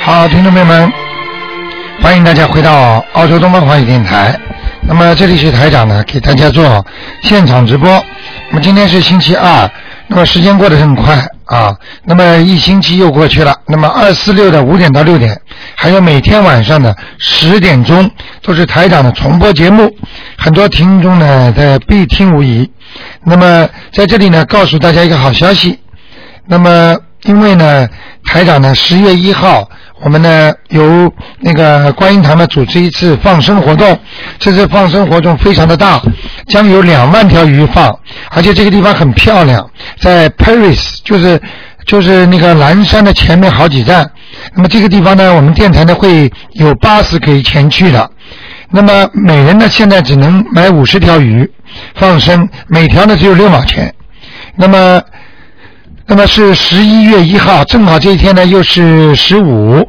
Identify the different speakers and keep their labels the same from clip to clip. Speaker 1: 好，听众朋友们，欢迎大家回到澳洲东方华语电台。那么这里是台长呢，给大家做现场直播。那么今天是星期二，那么时间过得很快啊。那么一星期又过去了。那么二四六的五点到六点，还有每天晚上的十点钟，都是台长的重播节目，很多听众呢在必听无疑。那么在这里呢，告诉大家一个好消息，那么，因为呢，台长呢，十月一号，我们呢由那个观音堂呢组织一次放生活动，这次放生活动非常的大，将有两万条鱼放，而且这个地方很漂亮，在 Paris 就是。就是那个蓝山的前面好几站，那么这个地方呢，我们电台呢会有巴士可以前去的。那么每人呢现在只能买五十条鱼放生，每条呢只有六毛钱。那么那么是十一月一号，正好这一天呢又是十五，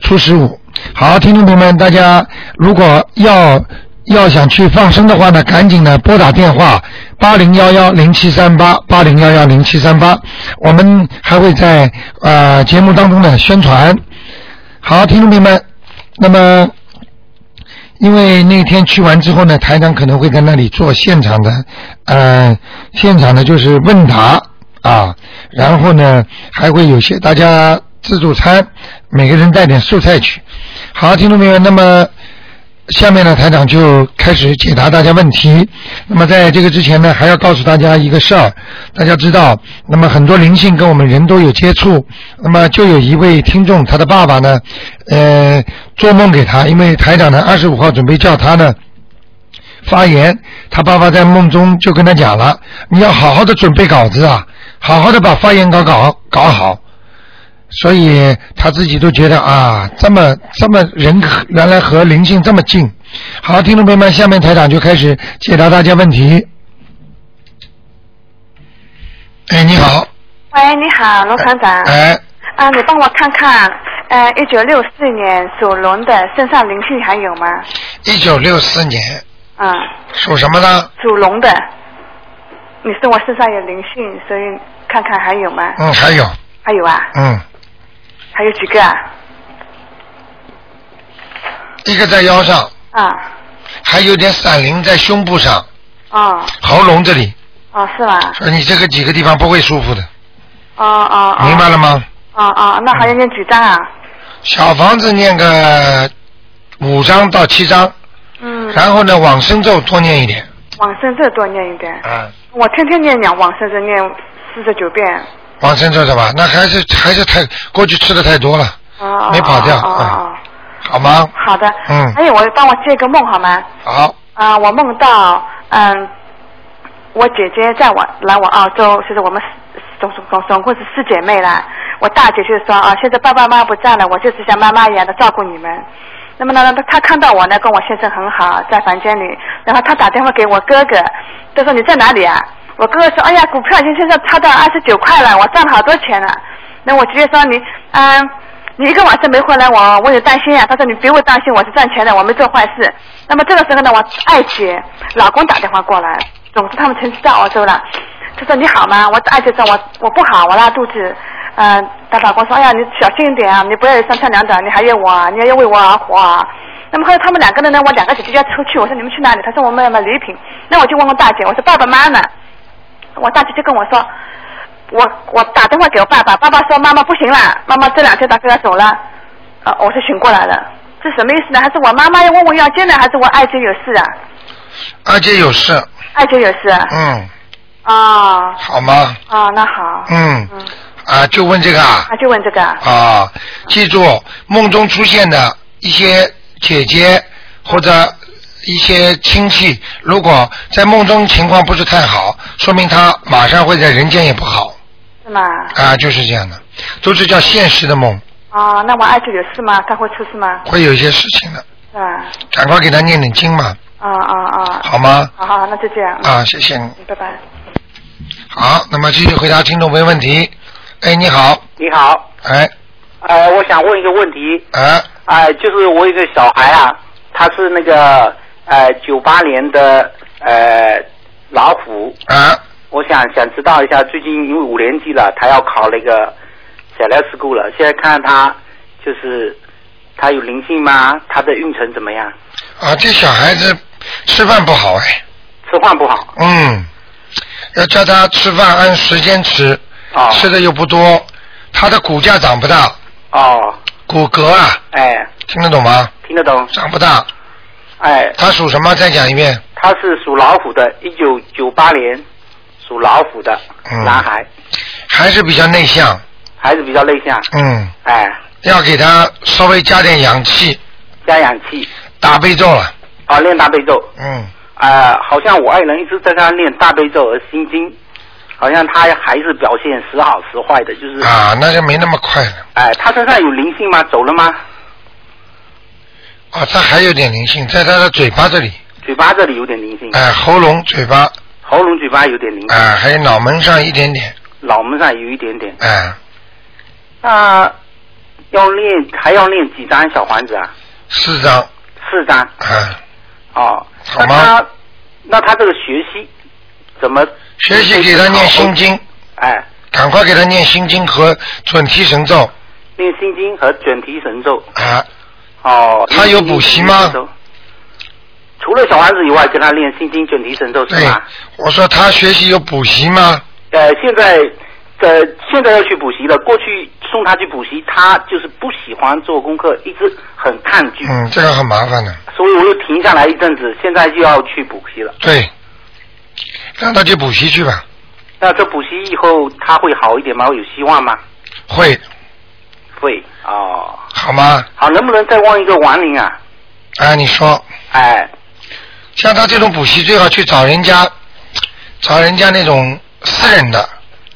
Speaker 1: 初十五。好，听众朋友们，大家如果要要想去放生的话呢，赶紧呢拨打电话八零幺幺零七三八八零幺幺零七三八，我们还会在呃节目当中呢宣传。好，听众朋友们，那么。因为那天去完之后呢，台长可能会在那里做现场的，呃，现场的就是问答啊，然后呢还会有些大家自助餐，每个人带点素菜去。好，听众朋友们，那么下面呢，台长就开始解答大家问题。那么在这个之前呢，还要告诉大家一个事儿，大家知道，那么很多灵性跟我们人都有接触，那么就有一位听众，他的爸爸呢，呃，做梦给他，因为台长呢，二十五号准备叫他呢。发言，他爸爸在梦中就跟他讲了，你要好好的准备稿子啊，好好的把发言稿搞搞好。所以他自己都觉得啊，这么这么人和原来和灵性这么近。好，听众朋友们，下面台长就开始解答大家问题。哎，你好，
Speaker 2: 喂，你好，罗厂长。
Speaker 1: 哎，
Speaker 2: 啊，你帮我看看，呃，一九六四年属龙的身上灵性还有吗？
Speaker 1: 一九六四年
Speaker 2: 嗯，
Speaker 1: 属什么呢？
Speaker 2: 属龙的，你说我身上有灵性，所以看看还有吗？
Speaker 1: 嗯，还有，
Speaker 2: 还有啊，
Speaker 1: 嗯，
Speaker 2: 还有几个啊？
Speaker 1: 一个在腰上，
Speaker 2: 啊，
Speaker 1: 还有点散灵在胸部上、
Speaker 2: 哦，
Speaker 1: 喉咙这里，
Speaker 2: 哦，是吗？
Speaker 1: 说你这个几个地方不会舒服的，
Speaker 2: 哦哦哦。
Speaker 1: 明白了吗？
Speaker 2: 哦哦，那还要念几张啊？
Speaker 1: 小房子念个五章到七章，
Speaker 2: 嗯，
Speaker 1: 然后呢，往生咒多念一点。
Speaker 2: 往生咒多念一点。
Speaker 1: 啊，
Speaker 2: 我天天念两往生咒念四十九遍。
Speaker 1: 往生咒是吧？那还是还是太过去吃的太多了，
Speaker 2: 哦哦。
Speaker 1: 没跑掉
Speaker 2: 哦哦
Speaker 1: 嗯
Speaker 2: 哦。
Speaker 1: 好吗？
Speaker 2: 好的。
Speaker 1: 嗯
Speaker 2: 还有，我帮我接个梦好吗？
Speaker 1: 好，
Speaker 2: 啊、我梦到，嗯，我姐姐在我来我澳洲，就是我们四总总总总共是四姐妹啦。我大姐就说啊，现在爸爸妈妈不在了，我就是像妈妈一样的照顾你们。那么呢，她看到我呢，跟我先生很好，在房间里，然后她打电话给我哥哥，她说你在哪里啊？我哥哥说，哎呀，股票已经现在差到二十九块了，我赚了好多钱了。那我直接说你，嗯，你一个晚上没回来，我我也担心啊呀、他说你别为担心，我是赚钱的，我没做坏事。那么这个时候呢，我二姐老公打电话过来，总之他们曾经在澳洲了。他说你好吗？我二姐说我我不好，我拉肚子。嗯、她老公说哎呀你小心一点啊，你不要三长两短，你还要我啊，你还要为我而活啊。那么后来他们两个人呢，我两个姐姐要出去，我说你们去哪里？她说我们要买礼品。那我就问问大姐，我说爸爸妈妈呢，我大姐就跟我说，我我打电话给我爸爸，爸爸说妈妈不行了，妈妈这两天大哥要走了，呃，我就醒过来了，这什么意思呢？还是我妈妈要问我要钱呢，还是我二姐有事啊？
Speaker 1: 二姐有事，
Speaker 2: 二姐有事啊？
Speaker 1: 嗯，
Speaker 2: 哦
Speaker 1: 好吗？
Speaker 2: 哦，那好，
Speaker 1: 嗯，
Speaker 2: 嗯，
Speaker 1: 啊，就问这个啊，
Speaker 2: 那就问这个啊，
Speaker 1: 啊，记住梦中出现的一些姐姐或者一些亲戚，如果在梦中情况不是太好，说明他马上会在人间也不好
Speaker 2: 是吗？
Speaker 1: 啊，就是这样的，都是叫现实的梦，
Speaker 2: 哦，那我二姐有事吗？她会出事吗？
Speaker 1: 会有一些事情的，
Speaker 2: 是吧？
Speaker 1: 赶快给他念点经嘛，
Speaker 2: 哦哦哦，
Speaker 1: 好吗？
Speaker 2: 好好，那就这样，
Speaker 1: 啊，谢谢你。
Speaker 2: 嗯，拜拜。
Speaker 1: 好，那么继续回答听众朋友问题。哎，你好，
Speaker 3: 你好，
Speaker 1: 哎，
Speaker 3: 呃，我想问一个问题，
Speaker 1: 哎，
Speaker 3: 呃，就是我有个小孩啊，他是那个呃九八年的呃老虎，
Speaker 1: 哎，
Speaker 3: 我想想知道一下，最近因为五年级了，他要考那个 select school 了，现在看他就是他有灵性吗？他的运程怎么样？
Speaker 1: 啊，这小孩子吃饭不好哎，
Speaker 3: 吃饭不好
Speaker 1: 嗯，要叫他吃饭按时间吃，
Speaker 3: 哦
Speaker 1: 吃的又不多，他的骨架长不大，
Speaker 3: 哦，
Speaker 1: 骨骼啊，
Speaker 3: 哎，
Speaker 1: 听得懂吗？
Speaker 3: 听得懂？
Speaker 1: 长不大，
Speaker 3: 哎，
Speaker 1: 他属什么？再讲一遍。
Speaker 3: 他是属老虎的，一九九八年属老虎的
Speaker 1: 嗯
Speaker 3: 男孩，
Speaker 1: 还是比较内向，
Speaker 3: 孩子比较内向，
Speaker 1: 嗯，
Speaker 3: 哎，
Speaker 1: 要给他稍微加点阳气，
Speaker 3: 加氧气，
Speaker 1: 大悲咒了，
Speaker 3: 啊，练大悲咒，
Speaker 1: 嗯，
Speaker 3: 啊、好像我爱人一直在他念大悲咒和心经，好像他还是表现时好时坏的，就是，哎、
Speaker 1: 啊，那就没那么快了，
Speaker 3: 他身上有灵性吗？走了吗？
Speaker 1: 啊，他还有点灵性，在他的嘴巴这里，
Speaker 3: 嘴巴这里有点灵性，
Speaker 1: 哎、喉咙、嘴巴，啊、
Speaker 3: 喉咙、嘴巴有点灵性，
Speaker 1: 还有脑门上一点点，
Speaker 3: 脑门上有一点点。
Speaker 1: 哎、
Speaker 3: 那、要练还要练几张小房子啊？
Speaker 1: 四张，
Speaker 3: 四张
Speaker 1: 啊、
Speaker 3: 哦。
Speaker 1: 好
Speaker 3: 那
Speaker 1: 吗
Speaker 3: 他那他这个学习怎么？
Speaker 1: 学习给他念心经，
Speaker 3: 哎，
Speaker 1: 赶快给他念心经和准提神咒，啊、
Speaker 3: 念心经和准提神咒。哦。
Speaker 1: 他有补习吗
Speaker 3: 念心经准提神咒？除了小房子以外，跟他练心经、准提神咒是
Speaker 1: 对
Speaker 3: 吧？，
Speaker 1: 我说他学习有补习吗？
Speaker 3: 呃，现在呃现在要去补习了。过去送他去补习，他就是不喜欢做功课，一直很抗拒。
Speaker 1: 嗯，这个很麻烦的，
Speaker 3: 所以我又停下来一阵子，现在就要去补习了。
Speaker 1: 对，让他去补习去吧，
Speaker 3: 那这补习以后他会好一点吗？有希望吗？
Speaker 1: 会
Speaker 3: 会哦。
Speaker 1: 好吗？
Speaker 3: 好，能不能再问一个亡灵啊？
Speaker 1: 哎，你说。
Speaker 3: 哎，
Speaker 1: 像他这种补习，最好去找人家，找人家那种私人的，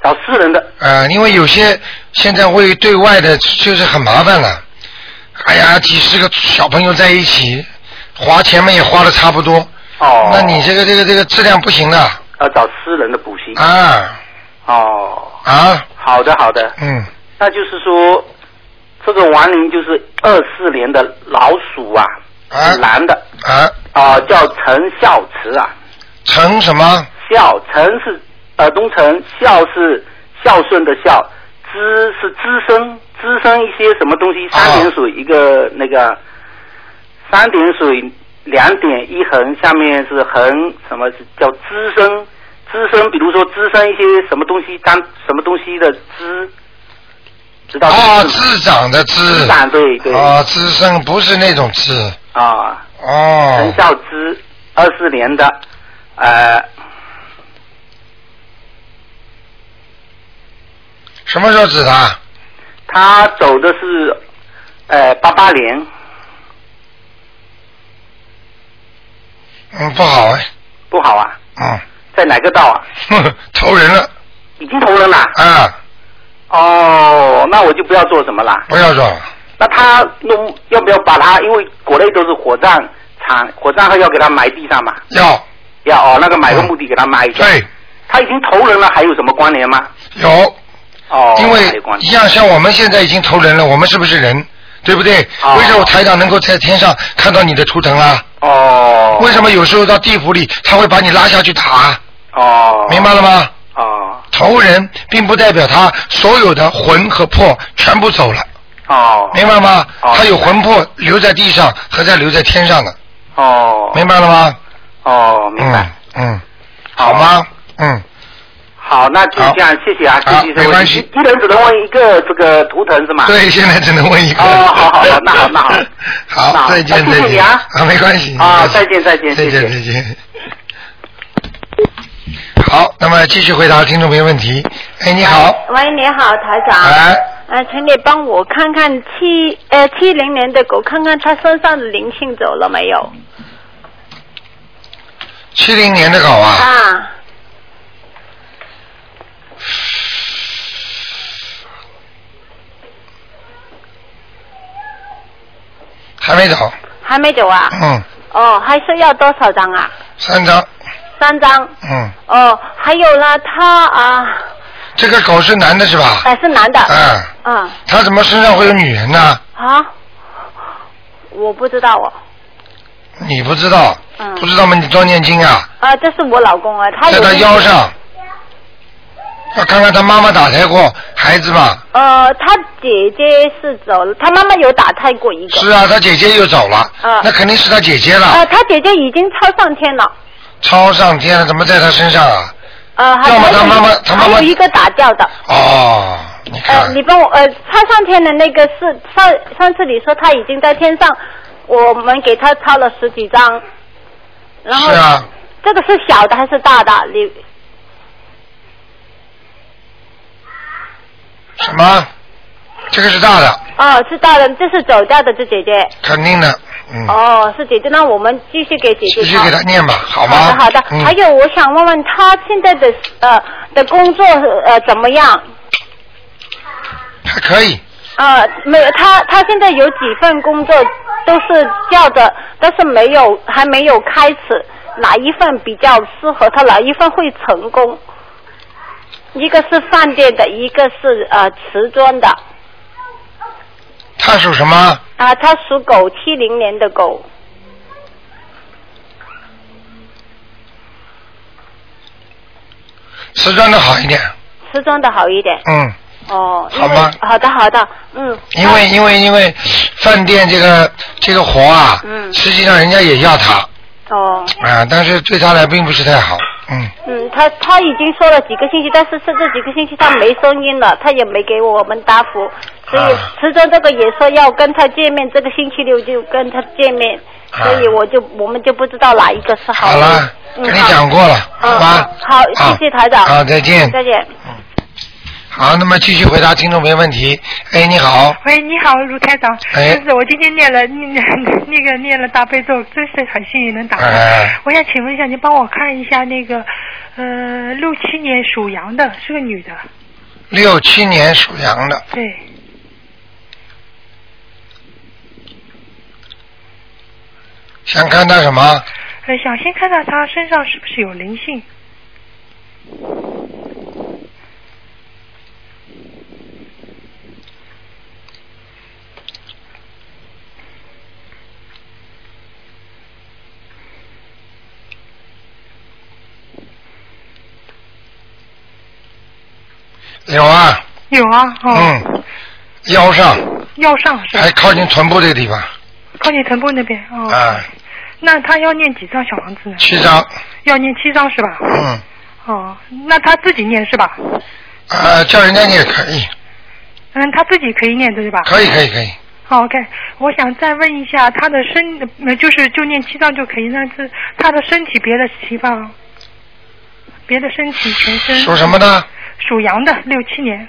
Speaker 3: 找私人的
Speaker 1: 呃，因为有些现在会对外的，就是很麻烦了。哎呀，几十个小朋友在一起，花钱嘛也花的差不多，
Speaker 3: 哦。
Speaker 1: 那你这个这个这个质量不行的
Speaker 3: 要找私人的补习
Speaker 1: 啊
Speaker 3: 哦。
Speaker 1: 啊，
Speaker 3: 好的，好的，
Speaker 1: 嗯，
Speaker 3: 那就是说，这个亡灵就是二四年的老鼠啊，
Speaker 1: 啊
Speaker 3: 男的
Speaker 1: 啊，
Speaker 3: 啊、叫陈孝慈啊，
Speaker 1: 成什么？
Speaker 3: 孝陈是呃东陈，孝是孝顺的孝，资是滋生，滋生一些什么东西，
Speaker 1: 啊
Speaker 3: 三点水一个那个，三点水两点一横，下面是横什么是叫滋生？滋生，比如说滋生一些什么东西当什么东西的滋，知道
Speaker 1: 哦，
Speaker 3: 滋
Speaker 1: 滋长的滋，
Speaker 3: 长对对
Speaker 1: 哦，滋生不是那种滋，
Speaker 3: 啊，陈
Speaker 1: 哦，
Speaker 3: 孝之，二四年的，呃，
Speaker 1: 什么时候指的？
Speaker 3: 他走的是呃八八年。
Speaker 1: 嗯，不好哎，
Speaker 3: 不好啊，
Speaker 1: 嗯
Speaker 3: 在哪个道啊？
Speaker 1: 呵呵， 投人了
Speaker 3: 已经投人了。
Speaker 1: 啊。
Speaker 3: 哦，那我就不要做什么啦。
Speaker 1: 不要做了，
Speaker 3: 那他弄要不要把他？因为国内都是火葬场，火葬后要给他埋地上嘛。
Speaker 1: 要
Speaker 3: 要哦，那个买个墓地给他埋一下。
Speaker 1: 嗯对
Speaker 3: 他已经投人了，还有什么关联吗？
Speaker 1: 有，
Speaker 3: 哦，
Speaker 1: 因
Speaker 3: 还有
Speaker 1: 为
Speaker 3: 关联。
Speaker 1: 像像我们现在已经投人了，我们是不是人？对不对？
Speaker 3: 哦
Speaker 1: 为什么台长能够在天上看到你的图腾啊？
Speaker 3: 哦。
Speaker 1: 为什？么有时候到地府里他会把你拉下去打？
Speaker 3: 哦。
Speaker 1: 明白。了吗？
Speaker 3: 哦
Speaker 1: 投人并不代表他所有的魂和魄全部走了，
Speaker 3: 哦。
Speaker 1: 明白吗？
Speaker 3: 哦
Speaker 1: 他有魂魄留在地上和在留在天上的，
Speaker 3: 哦。
Speaker 1: 明白了吗？
Speaker 3: 哦，明白
Speaker 1: 嗯。嗯，好吗？嗯，
Speaker 3: 好，那就这样，谢谢啊，谢
Speaker 1: 好
Speaker 3: 谢
Speaker 1: 没关系
Speaker 3: 一人只能问一个这个图腾是吗？。
Speaker 1: 对，现在只能问一个。
Speaker 3: 哦好好好那好那好那
Speaker 1: 好，
Speaker 3: 好
Speaker 1: 再见
Speaker 3: 那谢谢
Speaker 1: 再
Speaker 3: 你
Speaker 1: 见
Speaker 3: 啊
Speaker 1: 没关系
Speaker 3: 啊
Speaker 1: 没关系
Speaker 3: 再见再见
Speaker 1: 再见
Speaker 3: 谢谢
Speaker 1: 再见。好，那么继续回答听众朋友问题。哎，你好，
Speaker 4: 喂，你好，台长。
Speaker 1: 哎，
Speaker 4: 呃，请你帮我看看七呃七零年的狗，看看它身上的灵性走了没有？
Speaker 1: 七零年的狗啊，
Speaker 4: 啊，
Speaker 1: 还没走，
Speaker 4: 还没走啊？
Speaker 1: 嗯，
Speaker 4: 哦，还需要多少张啊？
Speaker 1: 三张，
Speaker 4: 三张。
Speaker 1: 嗯，
Speaker 4: 哦，还有啦，它啊，
Speaker 1: 这个狗是男的是吧？
Speaker 4: 呃是男的。
Speaker 3: 啊
Speaker 1: 嗯，
Speaker 4: 嗯。
Speaker 1: 它怎么身上会有女人呢？
Speaker 4: 啊，我不知道哦。
Speaker 1: 你不知道，
Speaker 4: 嗯
Speaker 1: 不知道吗？你多念经啊，
Speaker 3: 哎
Speaker 4: 啊，这是我老公啊，他
Speaker 1: 在
Speaker 4: 有
Speaker 1: 他
Speaker 4: 一
Speaker 1: 腰上，要看看他妈妈打胎过孩子吧。
Speaker 4: 呃，他姐姐是走了，他妈妈有打胎过一个。
Speaker 1: 是啊，他姐姐又走了，
Speaker 4: 嗯
Speaker 1: 那肯定是他姐姐了，
Speaker 3: 嗯
Speaker 4: 呃，他姐姐已经超上天了。
Speaker 1: 超上天了，怎么在他身上啊？
Speaker 4: 呃，还
Speaker 1: 要么
Speaker 4: 还有
Speaker 1: 他
Speaker 4: 一
Speaker 1: 妈妈
Speaker 4: 个
Speaker 1: 他妈妈
Speaker 4: 还有一个打掉的。
Speaker 1: 哦，你
Speaker 4: 呃，
Speaker 1: 看，
Speaker 4: 你帮我呃，他上天的那个是上上次你说他已经在天上，我们给他抄了十几张，然后
Speaker 1: 是啊，
Speaker 4: 这个是小的还是大的？你
Speaker 1: 什么？这个是大的，
Speaker 4: 哦是大的，这是走掉的，是姐姐。
Speaker 1: 肯定的，嗯，
Speaker 4: 哦，是姐姐，那我们继续给姐姐
Speaker 1: 继
Speaker 4: 抄。
Speaker 1: 续给他念吧，好吗？
Speaker 4: 好的好的，
Speaker 1: 嗯
Speaker 4: 还有我想问问他现在的呃的工作呃怎么样？
Speaker 1: 还可以，
Speaker 4: 呃，没有，他他现在有几份工作都是叫的，但是没有还没有开始，哪一份比较适合他，哪一份会成功？一个是饭店的，一个是呃瓷砖的。
Speaker 1: 他属什么？
Speaker 4: 啊、他属狗，七零年的狗。
Speaker 1: 瓷砖的好一点，
Speaker 4: 瓷砖的好一点
Speaker 1: 嗯，
Speaker 4: 哦，因为
Speaker 1: 好吗
Speaker 4: 好的好的，嗯。
Speaker 1: 因为因为因为饭店这个这个活啊，
Speaker 4: 嗯
Speaker 1: 实际上人家也要他
Speaker 4: 哦，
Speaker 1: 啊，但是对他来并不是太好，嗯，
Speaker 4: 嗯，他他已经说了几个星期，但是是这几个星期他没声音了，他也没给我们答复，所以
Speaker 1: 啊
Speaker 4: 池中这个也说要跟他见面，这个星期六就跟他见面，
Speaker 1: 啊
Speaker 4: 所以我就我们就不知道哪一个是好
Speaker 1: 好
Speaker 4: 的。
Speaker 1: 了，
Speaker 4: 嗯
Speaker 1: 跟你讲过了，
Speaker 4: 嗯
Speaker 1: 好吧？
Speaker 4: 好好谢谢台长
Speaker 1: 好，再见。
Speaker 4: 再见。
Speaker 1: 好，那么继续回答听众朋友问题。哎，你好，
Speaker 5: 喂，你好，卢台长。
Speaker 1: 哎
Speaker 5: 就是我今天念了念 那个念了大悲咒，真是很幸运能打通。
Speaker 1: 哎
Speaker 5: 我想请问一下，您帮我看一下那个，呃，六七年属羊的是个女的，
Speaker 1: 六七年属羊的，
Speaker 5: 对，
Speaker 1: 想看他什么？
Speaker 5: 呃，想先看看她身上是不是有灵性。
Speaker 1: 有啊，
Speaker 5: 有啊，哦，
Speaker 1: 嗯，腰上
Speaker 4: 嗯
Speaker 5: 腰上是吧
Speaker 1: 还靠近臀部这个地方
Speaker 5: 靠近臀部那边哦。
Speaker 1: 啊，
Speaker 5: 那她要念几张小房子呢？
Speaker 1: 七张，
Speaker 5: 要念七张是吧？
Speaker 1: 嗯，
Speaker 5: 哦，那她自己念是吧？
Speaker 1: 啊，叫人家念也可以，
Speaker 5: 嗯，她自己可以念的对吧？
Speaker 1: 可以，可以，可以。
Speaker 5: 好，OK，我想再问一下，他的身，呃就是就念七章就可以，但是他的身体别的地方，别的身体全身
Speaker 1: 属什么呢？
Speaker 5: 属羊的，六七年，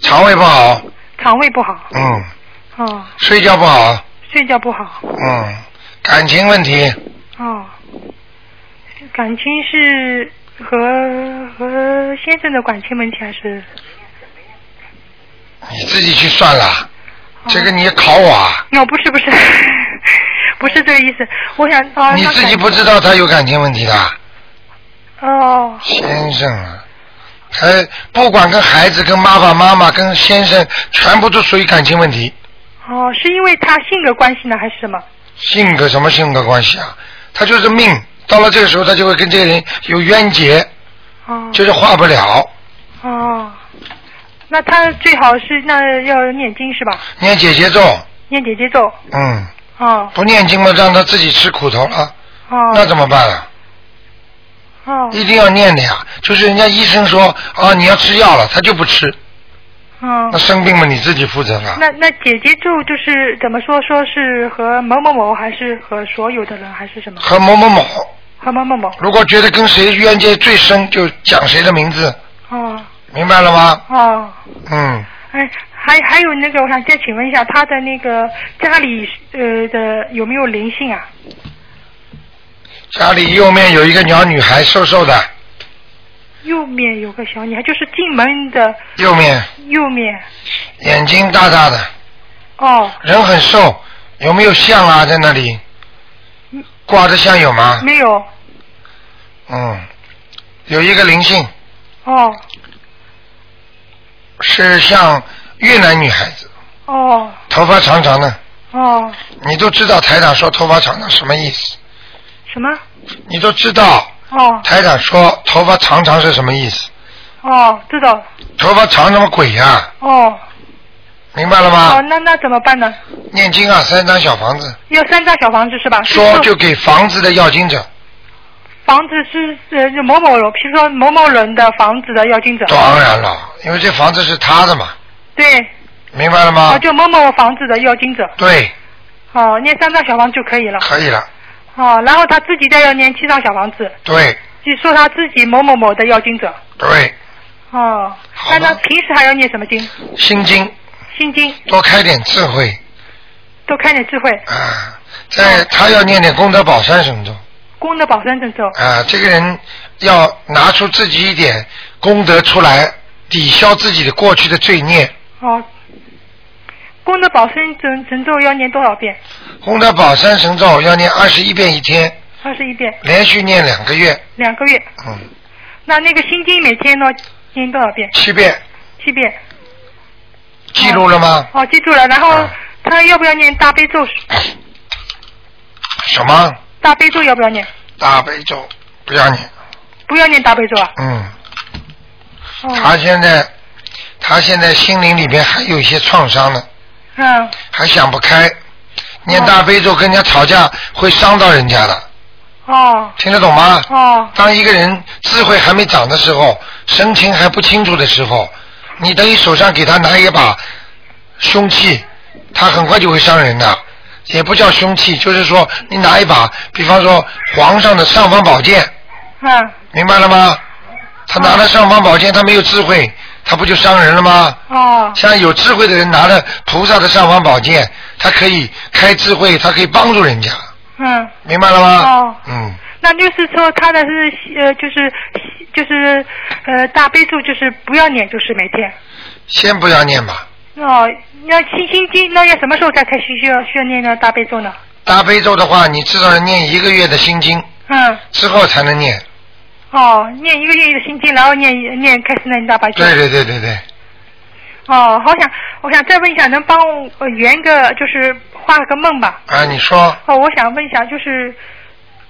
Speaker 1: 肠胃不好，
Speaker 5: 肠胃不好，
Speaker 1: 嗯，
Speaker 5: 哦，
Speaker 1: 睡觉不好，
Speaker 5: 睡觉不好，
Speaker 1: 嗯，感情问题，
Speaker 5: 哦，感情是和和先生的感情问题还是？
Speaker 1: 你自己去算啦。
Speaker 5: 哦
Speaker 1: 这个你考我啊？
Speaker 5: 哦，不是不是， 不是这个意思，我想哦，
Speaker 1: 你
Speaker 5: 那
Speaker 1: 自己
Speaker 5: 感
Speaker 1: 不知道他有感情问题的。
Speaker 5: 哦，
Speaker 1: 先生啊，还不管跟孩子、跟爸爸妈妈、跟先生，全部都属于感情问题，
Speaker 5: 哦，是因为他性格关系呢，还是什么？
Speaker 1: 性格什么性格关系啊？他就是命，到了这个时候，他就会跟这个人有冤结，
Speaker 5: 哦，
Speaker 1: 就是化不了。
Speaker 5: 哦，那他最好是那要念经是吧？
Speaker 1: 念姐姐咒，
Speaker 5: 念姐姐咒。
Speaker 1: 嗯，
Speaker 5: 哦
Speaker 1: 不念经嘛，让他自己吃苦头了，那
Speaker 5: 哦
Speaker 1: 怎么办啊？
Speaker 5: 哦
Speaker 1: 一定要念的呀，就是人家医生说啊，你要吃药了，他就不吃，那
Speaker 5: 哦。
Speaker 1: 生啊病嘛你自己负责了。
Speaker 5: 那那姐姐咒就是怎么说？说是和某某某，还是和所有的人，还是什么？
Speaker 1: 和某某某，
Speaker 5: 和某某某。
Speaker 1: 如果觉得跟谁冤结最深，就讲谁的名字，
Speaker 5: 哦
Speaker 1: 明白了吗？
Speaker 5: 哦，
Speaker 1: 嗯，
Speaker 5: 哎，还还有那个，我想再请问一下，他的那个家里呃的有没有灵性啊？
Speaker 1: 家里右面有一个小女孩，瘦瘦的，
Speaker 5: 右面有个小女孩，就是进门的
Speaker 1: 右面
Speaker 5: 右面。
Speaker 1: 眼睛大大的，
Speaker 5: 哦，
Speaker 1: 人很瘦，有没有像啊？在那里
Speaker 5: 嗯
Speaker 1: 挂着像有吗？
Speaker 5: 没有。
Speaker 1: 嗯，有一个灵性
Speaker 5: 哦
Speaker 1: 是像越南女孩子，
Speaker 5: 哦
Speaker 1: 头发长长的，
Speaker 5: 哦，
Speaker 1: 你都知道台长说头发长长什么意思？
Speaker 5: 什么？
Speaker 1: 你都知道
Speaker 5: 哦
Speaker 1: 台长说头发长长是什么意思？
Speaker 5: 哦，知道了
Speaker 1: 头发长什么鬼呀、
Speaker 5: 哦
Speaker 1: 明白了吗？
Speaker 5: 哦，那那怎么办呢？
Speaker 1: 念经啊，三张小房子，
Speaker 5: 要三张小房子是吧？
Speaker 1: 说
Speaker 5: 是
Speaker 1: 就给房子的要经者，
Speaker 5: 房子是呃就某某人，比如说某某人的房子的要经者，
Speaker 1: 当然了，因为这房子是他的嘛，
Speaker 5: 对，
Speaker 1: 明白了
Speaker 5: 哦
Speaker 1: 吗？
Speaker 5: 就某某房子的要经者，
Speaker 1: 对，
Speaker 5: 哦念三张小房子就可以了，
Speaker 1: 可以了，
Speaker 5: 哦，然后他自己再要念七张小房子，
Speaker 1: 对
Speaker 5: 就说他自己某某某的要经者，
Speaker 1: 对，
Speaker 5: 哦，
Speaker 1: 好
Speaker 5: 那
Speaker 1: 的
Speaker 5: 他平时还要念什么经？
Speaker 1: 心经
Speaker 5: 心经，
Speaker 1: 多开点智慧
Speaker 5: 多开点智慧，
Speaker 1: 啊，在他要念点功德宝山什么的
Speaker 5: 功德宝山神咒，
Speaker 1: 啊，这个人要拿出自己一点功德出来，抵消自己的过去的罪孽。
Speaker 5: 哦，功德宝山神神咒要念多少遍？
Speaker 1: 功德宝山神咒要念二十一遍一天，
Speaker 5: 二十一遍，
Speaker 1: 连续念两个月，
Speaker 5: 两个月。
Speaker 1: 嗯，
Speaker 5: 那那个心经每天呢念多少遍？
Speaker 1: 七遍，
Speaker 5: 七遍。
Speaker 1: 记录了吗？
Speaker 5: 哦，记住了。然后
Speaker 1: 嗯
Speaker 5: 他要不要念大悲咒？
Speaker 1: 什么
Speaker 5: 大悲咒要不要念？
Speaker 1: 大悲咒？不要你，
Speaker 5: 不要念大悲咒啊。
Speaker 1: 嗯，
Speaker 5: 哦，
Speaker 1: 他现在他现在心灵里面还有一些创伤呢，
Speaker 5: 嗯，
Speaker 1: 还想不开，念大悲咒跟人家吵架会伤到人家的，
Speaker 5: 哦，
Speaker 1: 听得懂吗？
Speaker 5: 哦，
Speaker 1: 当一个人智慧还没长的时候，神情还不清楚的时候，你等于手上给他拿一把凶器，他很快就会伤人的。也不叫凶器，就是说你拿一把，比方说皇上的尚方宝剑，
Speaker 5: 嗯，
Speaker 1: 明白了吗？他拿了尚方宝剑，他没有智慧，他不就伤人了吗？
Speaker 5: 哦，
Speaker 1: 像有智慧的人拿了菩萨的尚方宝剑，他可以开智慧，他可以帮助人家，
Speaker 5: 嗯。
Speaker 1: 明白了吗？
Speaker 5: 哦
Speaker 1: 嗯，
Speaker 5: 那就是说，他的是呃，就是就是呃，大悲咒就是不要念，就是每天。
Speaker 1: 先不要念吧。
Speaker 5: 哦，那心心经，那要什么时候才开始需要需要念呢？大悲咒呢？
Speaker 1: 大悲咒的话，你至少念一个月的心经
Speaker 5: 嗯，
Speaker 1: 之后才能念。
Speaker 5: 哦，念一个月的心经，然后念念开始念大悲咒。
Speaker 1: 对对对对对，
Speaker 5: 哦，好想，我想再问一下，能帮我呃圆个就是画个梦吧？
Speaker 1: 啊，你说
Speaker 5: 哦，我想问一下，就是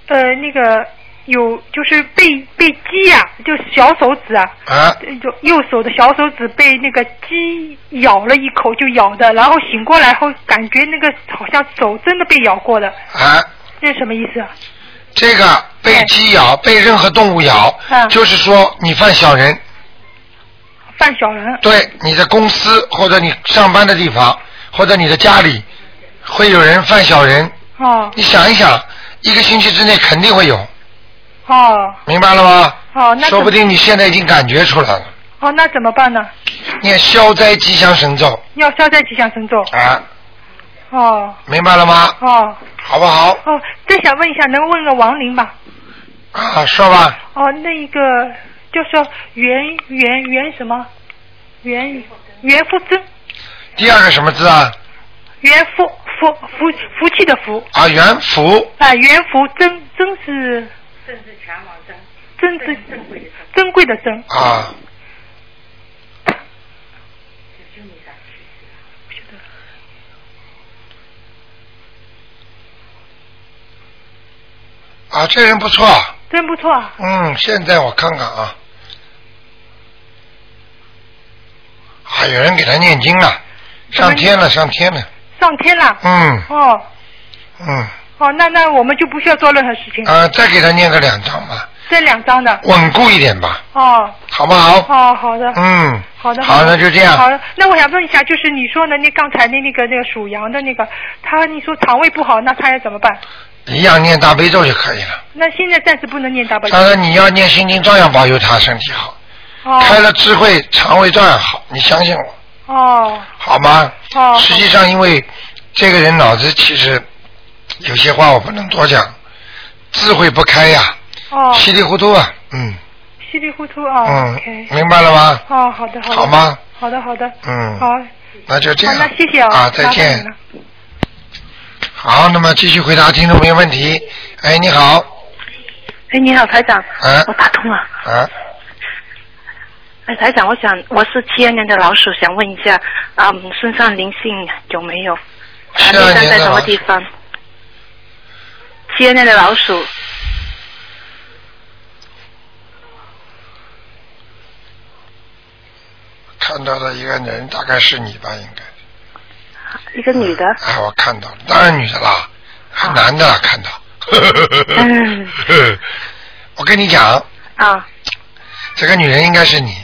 Speaker 5: 呃那个有就是被被鸡呀、就是小手指啊，
Speaker 1: 啊，
Speaker 5: 呃就右手的小手指被那个鸡咬了一口，就咬的，然后醒过来后感觉那个好像手真的被咬过了，
Speaker 1: 啊，
Speaker 5: 这是什么意思啊？
Speaker 1: 这个被鸡咬，被任何动物咬，
Speaker 5: 嗯
Speaker 1: 就是说你犯小人，
Speaker 5: 犯小人。
Speaker 1: 对你的公司或者你上班的地方或者你的家里，会有人犯小人。
Speaker 5: 哦
Speaker 1: 你想一想，一个星期之内肯定会有，
Speaker 5: 哦
Speaker 1: 明白了吗？
Speaker 5: 哦，那怎
Speaker 1: 说
Speaker 5: 么
Speaker 1: 不定你现在已经感觉出来了。
Speaker 5: 哦，那怎么办呢？
Speaker 1: 念消灾吉祥神咒
Speaker 5: 要消灾吉祥神咒。
Speaker 1: 啊，
Speaker 5: 哦
Speaker 1: 明白了吗？
Speaker 5: 哦
Speaker 1: 好不好？
Speaker 5: 哦，再想问一下，能问个亡灵吧？
Speaker 1: 啊，说吧。
Speaker 5: 哦，那一个就说袁袁袁什么？袁袁福增，
Speaker 1: 第二个什么字啊？
Speaker 5: 袁福福福福气的福
Speaker 1: 啊，元福
Speaker 5: 啊，袁福增增是政治强王争，珍贵的珍，
Speaker 1: 啊。啊，这人不错。
Speaker 5: 真不错啊！
Speaker 1: 嗯，现在我看看啊。啊，有人给他念经了，上天了，上天了。
Speaker 5: 上天了。
Speaker 1: 嗯
Speaker 5: 哦
Speaker 1: 嗯，
Speaker 5: 哦，那那我们就不需要做任何事情，
Speaker 1: 啊，再给他念个两张吧，
Speaker 5: 这两张的。
Speaker 1: 稳固一点吧，
Speaker 5: 哦
Speaker 1: 好不好？
Speaker 5: 哦，好的。
Speaker 1: 嗯，
Speaker 5: 好的，
Speaker 1: 好，
Speaker 5: 的
Speaker 1: 那就这样。
Speaker 5: 好的，那我想问一下，就是你说的那刚才的那个那个属羊的那个，他你说肠胃不好，那他要怎么办？
Speaker 1: 一样念大悲咒就可以了。
Speaker 5: 那现在暂时不能念大悲咒
Speaker 1: 当。然你要念心经，照样保佑他身体好，
Speaker 5: 哦
Speaker 1: 开了智慧，肠胃照样好，你相信我，
Speaker 5: 哦
Speaker 1: 好吗？
Speaker 5: 哦，
Speaker 1: 实际上，因为这个人脑子其实有些话我不能多讲，智慧不开呀，
Speaker 5: 哦
Speaker 1: 稀里糊涂啊，嗯
Speaker 5: 稀里糊涂啊。
Speaker 1: 嗯
Speaker 5: OK，，
Speaker 1: 明白了吗？
Speaker 5: 哦，好的好的。
Speaker 1: 好？吗？
Speaker 5: 好的好的。
Speaker 1: 嗯
Speaker 5: 好，好，
Speaker 1: 那就这样。
Speaker 5: 哦那谢谢啊。
Speaker 1: 啊，再
Speaker 5: 麻烦你
Speaker 1: 见
Speaker 5: 了。
Speaker 1: 好，那么继续回答听众朋友问题。哎，你好，
Speaker 6: 哎，你好，台长，
Speaker 1: 嗯
Speaker 6: 我打通了。
Speaker 1: 啊，
Speaker 6: 哎，台长，我想我是七二年的老鼠，想问一下，啊嗯，身上灵性有没有？啊，
Speaker 1: 72
Speaker 6: 灵性在
Speaker 1: 年的
Speaker 6: 什
Speaker 1: 老
Speaker 6: 么
Speaker 1: 鼠
Speaker 6: 地方？七二年的老鼠，
Speaker 1: 看到的一个人，大概是你吧，应该。
Speaker 6: 一个女的，
Speaker 1: 哎，我看到了，当然女的啦，还男的啦，看到。
Speaker 6: 啊嗯
Speaker 1: 我跟你讲，
Speaker 6: 啊，
Speaker 1: 这个女人应该是你。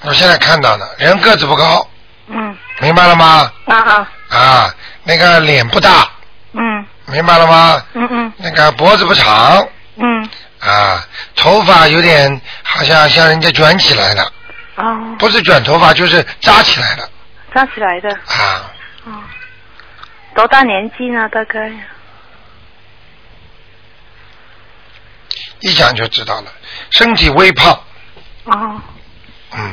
Speaker 1: 我现在看到的人个子不高，
Speaker 6: 嗯，
Speaker 1: 明白了吗？
Speaker 6: 啊啊，
Speaker 1: 啊，那个脸不大，
Speaker 6: 嗯
Speaker 1: 明白了吗？
Speaker 6: 嗯嗯
Speaker 1: 那个脖子不长
Speaker 6: 嗯，
Speaker 1: 啊，头发有点好像像人家卷起来了，
Speaker 6: 哦，
Speaker 1: 不是卷头发就是扎起来了
Speaker 6: 站起来的，
Speaker 1: 啊。
Speaker 6: 哦，多大年纪呢？大概
Speaker 1: 一讲就知道了，身体微胖，
Speaker 6: 哦，
Speaker 1: 嗯，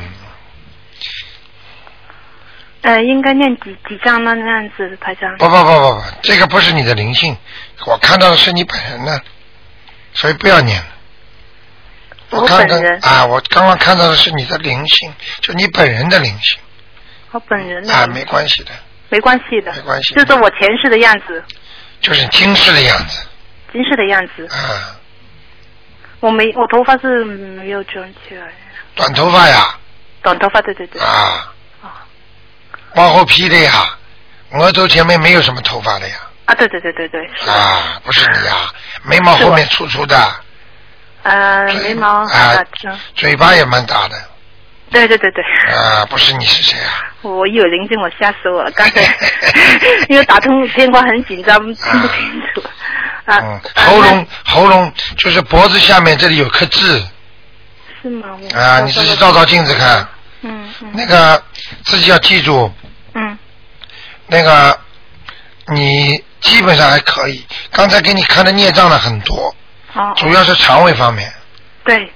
Speaker 6: 呃，应该念几几张呢？那样子，台长。
Speaker 1: 不不不不不，这个不是你的灵性，我看到的是你本人呢，所以不要念了。我
Speaker 6: 我
Speaker 1: 看
Speaker 6: 本
Speaker 1: 看
Speaker 6: 人
Speaker 1: 啊，我刚刚看到的是你的灵性，就你本人的灵性
Speaker 6: 我本人呢
Speaker 1: 啊，没关系的，
Speaker 6: 没关系的，
Speaker 1: 没关系
Speaker 6: 就是我前世的样子，
Speaker 1: 就是今世的样子
Speaker 6: 今世的样子。
Speaker 1: 啊，
Speaker 6: 我没，我头发是没有卷起来，
Speaker 1: 短头发呀
Speaker 6: 短头发，对对对。
Speaker 1: 啊
Speaker 6: 哦，
Speaker 1: 往后披的呀，额头前面没有什么头发的呀
Speaker 6: 啊，对对对对对，是的。
Speaker 1: 啊，不是你呀，眉毛
Speaker 6: 是我
Speaker 1: 后面粗粗的，
Speaker 6: 呃，眉毛
Speaker 1: 啊
Speaker 6: 啊，这样
Speaker 1: 嘴巴也蛮大的
Speaker 6: 对对对对，
Speaker 1: 啊，不是你是谁啊？
Speaker 6: 我有灵性，我吓死我了。刚 才因为打通电话很紧张，听不清楚。啊，
Speaker 1: 嗯，
Speaker 6: 啊
Speaker 1: 喉咙喉咙就是脖子下面这里有颗痣
Speaker 6: 那是吗？我
Speaker 1: 啊，你自己照照镜子看，
Speaker 6: 嗯嗯
Speaker 1: 那个自己要记住，
Speaker 6: 嗯
Speaker 1: 那个你基本上还可以，刚才给你看的孽障了很多，
Speaker 6: 哦，
Speaker 1: 主要是肠胃方面，
Speaker 6: 对，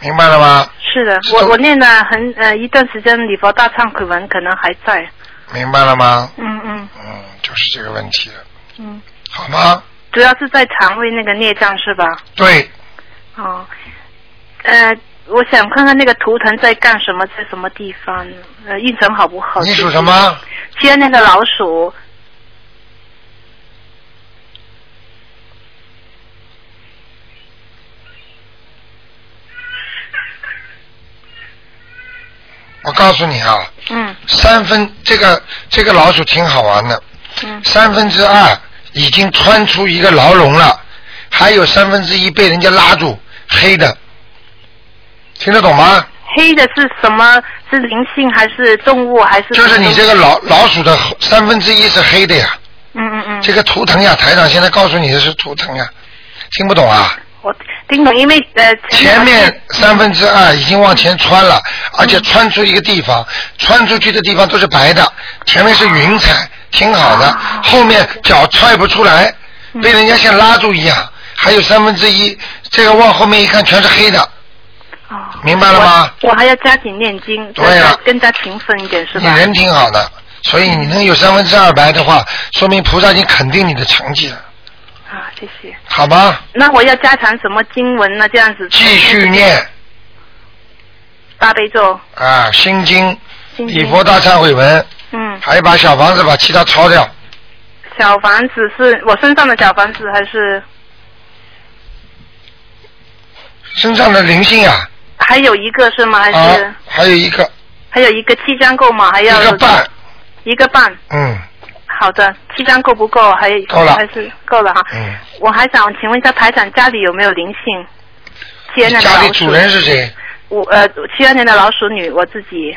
Speaker 1: 明白了吗？
Speaker 6: 是的，
Speaker 1: 是
Speaker 6: 我我念了很呃一段时间礼佛大忏悔文，可能还在。
Speaker 1: 明白了吗？
Speaker 6: 嗯嗯
Speaker 1: 嗯，就是这个问题了，
Speaker 6: 嗯，
Speaker 1: 好吗？
Speaker 6: 主要是在肠胃那个孽障是吧？
Speaker 1: 对，
Speaker 6: 哦，呃，我想看看那个图腾在干什么，在什么地方，呃，运程好不好？
Speaker 1: 你属什？么？
Speaker 6: 接那个老鼠，
Speaker 1: 我告诉你啊，
Speaker 6: 嗯
Speaker 1: 三分这个这个老鼠挺好玩的，
Speaker 6: 嗯，
Speaker 1: 三分之二已经穿出一个牢笼了，还有三分之一被人家拉住，黑的，听得懂吗？
Speaker 6: 黑的是什么？是灵性还是动物还是？
Speaker 1: 就是你这个。老老鼠的后三分之一是黑的呀，
Speaker 6: 嗯嗯嗯，
Speaker 1: 这个图腾呀，台长现在告诉你的是图腾呀，听不懂啊？
Speaker 6: 我听懂，因为呃
Speaker 1: 前面
Speaker 6: 嗯
Speaker 1: 三分之二已经往前穿了，而且穿出一个地方，穿出去的地方都是白的，前面是云彩，挺好的，
Speaker 6: 啊
Speaker 1: 后面脚踹不出来，
Speaker 6: 嗯
Speaker 1: 被人家像拉住一样，还有三分之一，这个往后面一看全是黑的，
Speaker 6: 哦
Speaker 1: 明白了吗？
Speaker 6: 我我还要加紧念经，
Speaker 1: 对呀
Speaker 6: 更加勤奋一点是
Speaker 1: 你
Speaker 6: 吧？
Speaker 1: 人挺好的，所以
Speaker 6: 嗯
Speaker 1: 你能有三分之二白的话，说明菩萨已经肯定你的成绩了，
Speaker 6: 啊，谢谢。
Speaker 1: 好吗？
Speaker 6: 那我要加强什么经文呢？这样子
Speaker 1: 继续念
Speaker 6: 八悲咒、
Speaker 1: 啊，心经、
Speaker 6: 心
Speaker 1: 礼
Speaker 6: 经，
Speaker 1: 佛大忏悔文，
Speaker 6: 嗯，
Speaker 1: 还有把小房子把其他抄掉。
Speaker 6: 小房子是我身上的小房子还是
Speaker 1: 身上的灵性啊，
Speaker 6: 还有一个是吗？还
Speaker 1: 啊
Speaker 6: 是、，
Speaker 1: 还有一个
Speaker 6: 还有一个七张够吗？还
Speaker 1: 一
Speaker 6: 要
Speaker 1: 个半，
Speaker 6: 一个半。
Speaker 1: 嗯，
Speaker 6: 好的，七张够不够？还
Speaker 1: 够了
Speaker 6: 还是够了哈。
Speaker 1: 嗯
Speaker 6: 我还想请问一下台长家里有没有灵性？七
Speaker 1: 你
Speaker 6: 二年的
Speaker 1: 家里
Speaker 6: 老鼠
Speaker 1: 主，人是谁？
Speaker 6: 我呃七二年的老鼠女，我自己。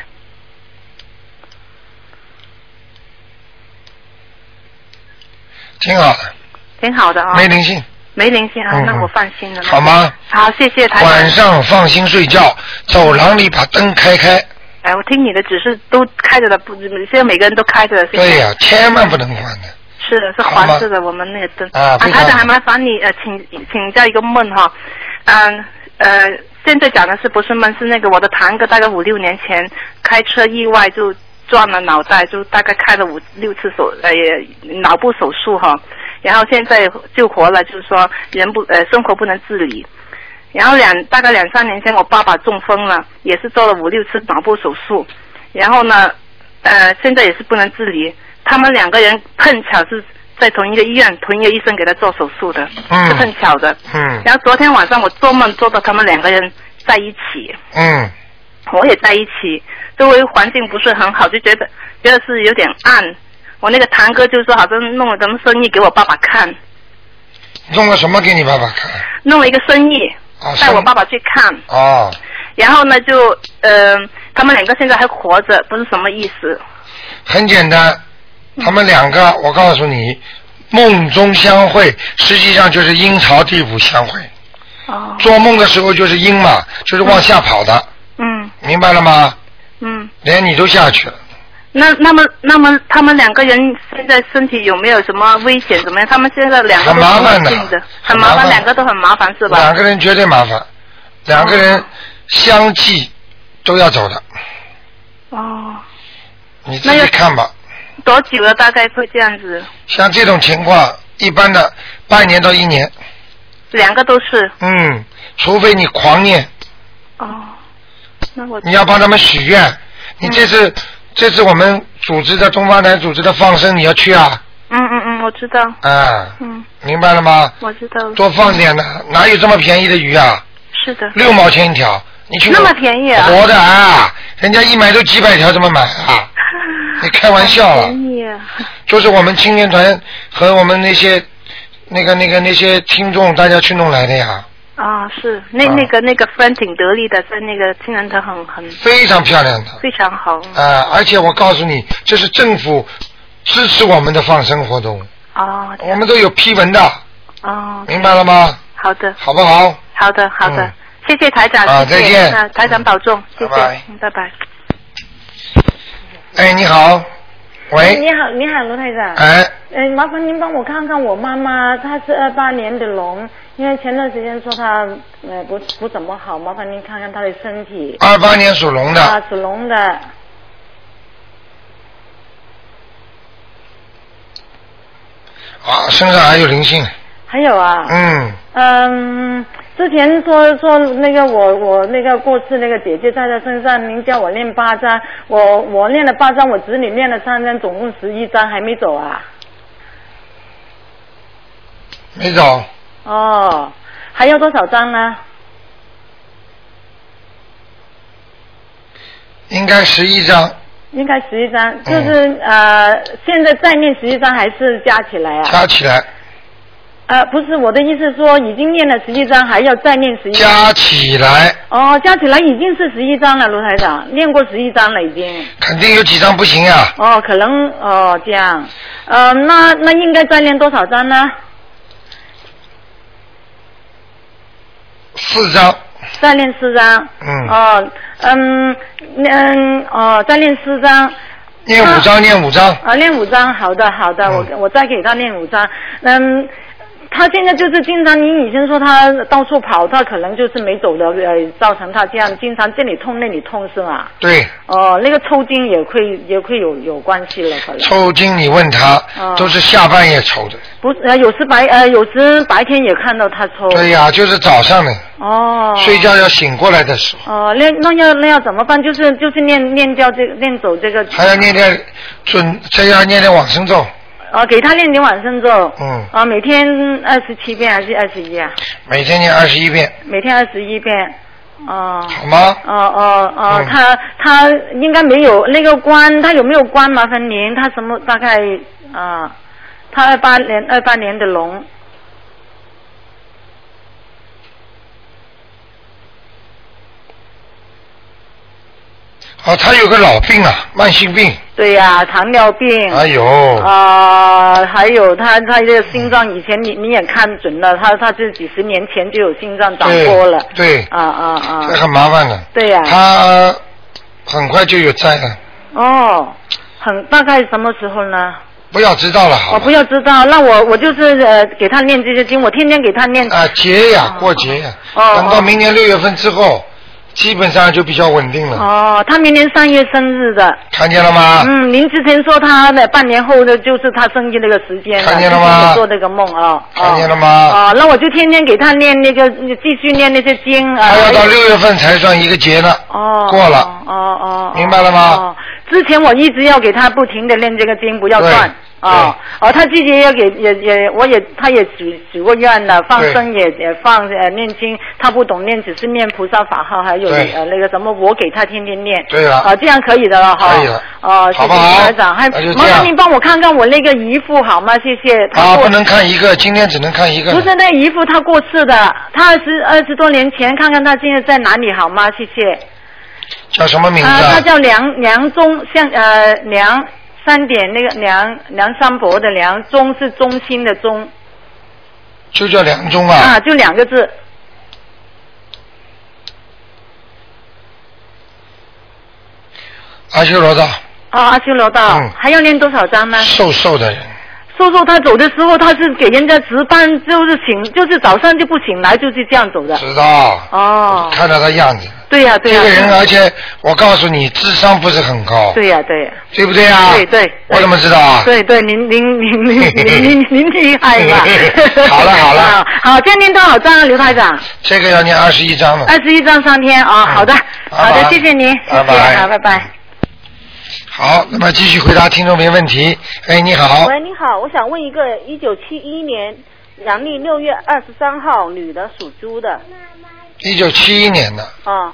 Speaker 1: 挺好的，
Speaker 6: 挺好的啊、
Speaker 1: 没灵性，
Speaker 6: 没灵性啊，
Speaker 1: 嗯
Speaker 6: 那
Speaker 1: 嗯
Speaker 6: 我放心了。
Speaker 1: 好？吗？
Speaker 6: 好，谢谢台
Speaker 1: 晚
Speaker 6: 长。
Speaker 1: 上放心睡觉，走廊里把灯开开。
Speaker 6: 哎，我听你的指示都开着的，不，现在每个人都开着的。现在
Speaker 1: 对呀、千万不能关的。
Speaker 6: 是的，是
Speaker 1: 好吗
Speaker 6: 黄色的，我们那个灯。
Speaker 1: 啊非常
Speaker 6: 台长
Speaker 1: 好
Speaker 6: 还麻烦你呃，请请教一个梦哈，嗯呃，现在讲的是不是梦？是那个我的堂哥大概五六年前开车意外就撞了脑袋，就大概开了五六次手呃脑部手术哈，然后现在救活了，就是说人不呃生活不能自理。然后两大概两三年前，我爸爸中风了，也是做了五六次脑部手术，然后呢，呃，现在也是不能自理。他们两个人碰巧是在同一个医院，同一个医生给他做手术的，
Speaker 1: 嗯
Speaker 6: 是碰巧的。
Speaker 1: 嗯
Speaker 6: 然后昨天晚上我做梦做到他们两个人在一起，
Speaker 1: 嗯，
Speaker 6: 我也在一起，周围环境不是很好，就觉得觉得是有点暗。我那个堂哥就说，好像弄了什么生意给我爸爸看，
Speaker 1: 弄了什么给你爸爸看？
Speaker 6: 弄了一个生意
Speaker 1: 啊，
Speaker 6: 带我
Speaker 1: 生
Speaker 6: 爸爸去看，
Speaker 1: 哦，
Speaker 6: 然后呢就嗯、呃他们两个现在还活着，不是什么意思。
Speaker 1: 很简单，他们两个，我告诉你，梦中相会，实际上就是阴曹地府相会。
Speaker 6: 哦，
Speaker 1: 做梦的时候就是阴嘛，就是往下跑的，
Speaker 6: 嗯
Speaker 1: 明白了吗？
Speaker 6: 嗯，
Speaker 1: 连你都下去了，
Speaker 6: 那那么那么他们两个人现在身体有没有什么危险？怎么样？他们现在两个都
Speaker 1: 很麻烦的
Speaker 6: 是性的，
Speaker 1: 很
Speaker 6: 很
Speaker 1: 麻
Speaker 6: 麻
Speaker 1: 烦
Speaker 6: 烦，两个都很麻烦是
Speaker 1: 两
Speaker 6: 吧？
Speaker 1: 个人绝对麻烦，两个人相继都要走的，
Speaker 6: 哦，
Speaker 1: 你自
Speaker 6: 那
Speaker 1: 己
Speaker 6: 要
Speaker 1: 看吧。
Speaker 6: 多久了？大概会这样子，
Speaker 1: 像这种情况，一般的半年到一年，
Speaker 6: 两个都是。
Speaker 1: 嗯，除非你狂念，
Speaker 6: 哦，那我
Speaker 1: 你要帮他们许愿。你这
Speaker 6: 嗯
Speaker 1: 次、这次我们组织的东方台组织的放生，你要去啊？
Speaker 6: 嗯嗯嗯，我知道，
Speaker 1: 啊，
Speaker 6: 嗯，
Speaker 1: 明白了吗？
Speaker 6: 我知道了，
Speaker 1: 多放点呢，哪有这么便宜的鱼啊？
Speaker 6: 是的，
Speaker 1: 六毛钱一条，你去
Speaker 6: 那么便宜啊
Speaker 1: 活的啊，人家一买都几百条，怎么买 啊？你开玩笑了？
Speaker 6: 便宜啊，
Speaker 1: 就是我们青年团和我们那些那个那个那些听众大家去弄来的呀，
Speaker 6: 啊是，那
Speaker 1: 啊
Speaker 6: 那个那个 friend 挺得力的，在那个青人他很很
Speaker 1: 非常漂亮的
Speaker 6: 非常好
Speaker 1: 啊！而且我告诉你，这是政府支持我们的放生活动，
Speaker 6: 啊
Speaker 1: 我们都有批文的，
Speaker 6: 啊，
Speaker 1: 明白了吗？
Speaker 6: 好的
Speaker 1: 好不好？
Speaker 6: 好的好的
Speaker 1: 嗯，
Speaker 6: 谢谢台长，
Speaker 1: 啊
Speaker 6: 谢谢
Speaker 1: 再见
Speaker 6: 那台长保重，谢谢
Speaker 1: 拜拜，
Speaker 6: 嗯拜拜。
Speaker 1: 哎，你好，喂，
Speaker 7: 哎你好，你好，罗台长。
Speaker 1: 哎，
Speaker 7: 嗯，麻烦您帮我看看我妈妈，她是二八年的龙，因为前段时间说她呃不不怎么好，麻烦您看看她的身体。
Speaker 1: 二八年属龙
Speaker 7: 啊
Speaker 1: 的，，
Speaker 7: 属龙的，
Speaker 1: 啊，身上还有灵性，
Speaker 7: 还有啊，
Speaker 1: 嗯，
Speaker 7: 嗯，之前说说那个我我那个过世那个姐姐在她身上，您叫我念八张，我我念了八张，我子女念了三张，总共十一张还没走啊。
Speaker 1: 没走，
Speaker 7: 哦，还要多少张呢？
Speaker 1: 应该十一张
Speaker 7: 应该十一
Speaker 1: 哦
Speaker 7: 张，就是、呃，现在再念十一张还是加起来啊？
Speaker 1: 加起来，
Speaker 7: 呃，不是我的意思说，已经念了十一张，还要再念十一。
Speaker 1: 加起来，
Speaker 7: 哦，加起来已经是十一张了，卢台长，念过十一张了已经。
Speaker 1: 肯定有几张不行啊，
Speaker 7: 哦，可能哦这样，呃，那那应该再念多少张呢？
Speaker 1: 四张，
Speaker 7: 再练四张。
Speaker 1: 嗯
Speaker 7: 哦，嗯，嗯，哦，再练四张。
Speaker 1: 念五张，念五张，
Speaker 7: 啊，练五张，好的好的，我
Speaker 1: 嗯
Speaker 7: 我再给他练五张。嗯，他现在就是经常，您以前说他到处跑，他可能就是没走的，呃，造成他这样经常这里痛那里痛是吗？
Speaker 1: 对，
Speaker 7: 哦，那个抽筋也会也会有有关系了，可能
Speaker 1: 抽筋你问他，
Speaker 7: 哦
Speaker 1: 都是下半夜抽的，
Speaker 7: 不是呃，有时白呃，有时白天也看到他抽。
Speaker 1: 对呀、啊就是早上的，
Speaker 7: 哦。
Speaker 1: 睡。觉要醒过来的时候，
Speaker 7: 哦，那那要那要怎么办？就是就是念念掉这个念走这个。
Speaker 1: 还要念点准，再要念点往生咒，
Speaker 7: 哦，给他念点往生咒。
Speaker 1: 嗯
Speaker 7: 啊，每天二十七遍还是二十一啊？
Speaker 1: 每天念二十一遍，
Speaker 7: 每天二十一遍。哦。
Speaker 1: 好吗？
Speaker 7: 哦哦哦
Speaker 1: 嗯，
Speaker 7: 他他应该没有那个关，他有没有关？麻烦您，他什么大概啊、他二八年二八年的龙，
Speaker 1: 哦，他有个老病啊，慢性病，
Speaker 7: 对呀、糖尿病。
Speaker 1: 哎呦，
Speaker 7: 啊、还有他他这个心脏，以前你你也看准了，他他这几十年前就有心脏长波了。哦
Speaker 1: 对对
Speaker 7: 啊啊啊！
Speaker 1: 这很麻烦的，
Speaker 7: 对呀、
Speaker 1: 他很快就有灾了，
Speaker 7: 哦，很大概什么时候呢？
Speaker 1: 不要知道了，
Speaker 7: 我
Speaker 1: 好
Speaker 7: 不
Speaker 1: 吧？
Speaker 7: 要知道，那我我就是呃给他念这些经，我天天给他念。
Speaker 1: 啊，节呀，过节呀，
Speaker 7: 哦
Speaker 1: 等到明年六月份之后，基本上就比较稳定了，
Speaker 7: 哦，他明年三月生日的。
Speaker 1: 看见了吗？
Speaker 7: 嗯，您之前说他的半年后的就是他生日那个时间
Speaker 1: 看见了
Speaker 7: 之前
Speaker 1: 吗
Speaker 7: 也做那个梦啊、哦。
Speaker 1: 看见了吗？
Speaker 7: 哦，那我就天天给他念那个，继续念那些经啊。
Speaker 1: 还要到六月份才算一个节呢。
Speaker 7: 哦，
Speaker 1: 过了
Speaker 7: 哦哦，哦
Speaker 1: 明白了吗
Speaker 7: 哦，之前我一直要给他不停的念这个经，不要
Speaker 1: 对
Speaker 7: 断。哦哦，他自己也给也也，我也他也许许过愿了，放生也也放呃念经，他不懂念，只是念菩萨法号，还有
Speaker 1: 对
Speaker 7: 呃那个什么，我给他天天念。
Speaker 1: 对了
Speaker 7: 啊，这样可以的了哈。
Speaker 1: 可以了啊
Speaker 7: 哦，谢
Speaker 1: 好
Speaker 7: 谢
Speaker 1: 不好
Speaker 7: 台长，还
Speaker 1: 那就这
Speaker 7: 麻
Speaker 1: 样
Speaker 7: 烦您帮我看看我那个姨父好吗？谢谢。他
Speaker 1: 啊，
Speaker 7: 过
Speaker 1: 不能看一个，今天只能看一个。
Speaker 7: 不是那姨父他过世的，他二十二十多年前，看看他现在在哪里好吗？谢谢。
Speaker 1: 叫什么名字
Speaker 7: 啊，
Speaker 1: 啊？
Speaker 7: 他叫梁梁中，像呃梁三点那个梁梁山伯的梁，中是中心的中
Speaker 1: 就叫梁中
Speaker 7: 啊
Speaker 1: 啊。
Speaker 7: 就两个字。
Speaker 1: 阿修罗道，
Speaker 7: 啊，阿修罗道、
Speaker 1: 嗯
Speaker 7: 还要念多少章呢？
Speaker 1: 瘦瘦的人，
Speaker 7: 叔叔他走的时候，他是给人家值班，就是醒，就是早上就不醒来，就是这样走的。
Speaker 1: 知道。
Speaker 7: 哦，
Speaker 1: 看到他样子，
Speaker 7: 对呀、对啊
Speaker 1: 这
Speaker 7: 呀、
Speaker 1: 个人，而啊且我告诉你，智商不是很高，
Speaker 7: 对呀、对呀、
Speaker 1: 对不对啊？
Speaker 7: 对对对
Speaker 1: 我怎么知道啊？？
Speaker 7: 对对，您您您您您您您厉害吧
Speaker 1: 好了好了
Speaker 7: 啊， 好，这样念多少章啊，刘台长？
Speaker 1: 这个要念二十一章了。嗯
Speaker 7: 二十一章三天啊、好的，好
Speaker 1: 拜
Speaker 7: 的
Speaker 1: 拜，
Speaker 7: 谢谢您，谢
Speaker 1: 拜
Speaker 7: 谢，
Speaker 1: 拜
Speaker 7: 好，拜拜。
Speaker 1: 好，那么继续回答听众朋友问题。哎，你好，
Speaker 8: 喂，你好，我想问一个一九七一年阳历六月二十三号女的属猪的
Speaker 1: 一九七一年的，
Speaker 8: 啊，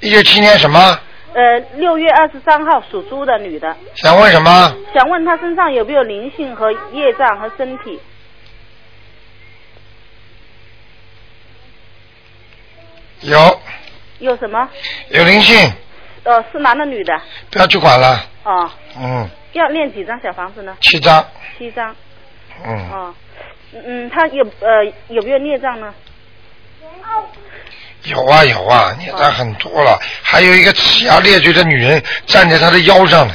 Speaker 1: 一九七年什么？
Speaker 8: 呃，六月二十三号属猪的女的，
Speaker 1: 想问什么？
Speaker 8: 想问她身上有没有灵性和业障和身体？
Speaker 1: 有
Speaker 8: 有什么？
Speaker 1: 有灵性，
Speaker 8: 呃，是男的女的？
Speaker 1: 不要去管了。
Speaker 8: 哦，
Speaker 1: 嗯，
Speaker 8: 要练几张小房子呢？
Speaker 1: 七章，
Speaker 8: 七张。
Speaker 1: 嗯，
Speaker 8: 哦，嗯，她有呃有没有孽障呢？
Speaker 1: 有啊有啊，孽障很多了。还有一个呲牙咧嘴的女人站在他的腰上呢，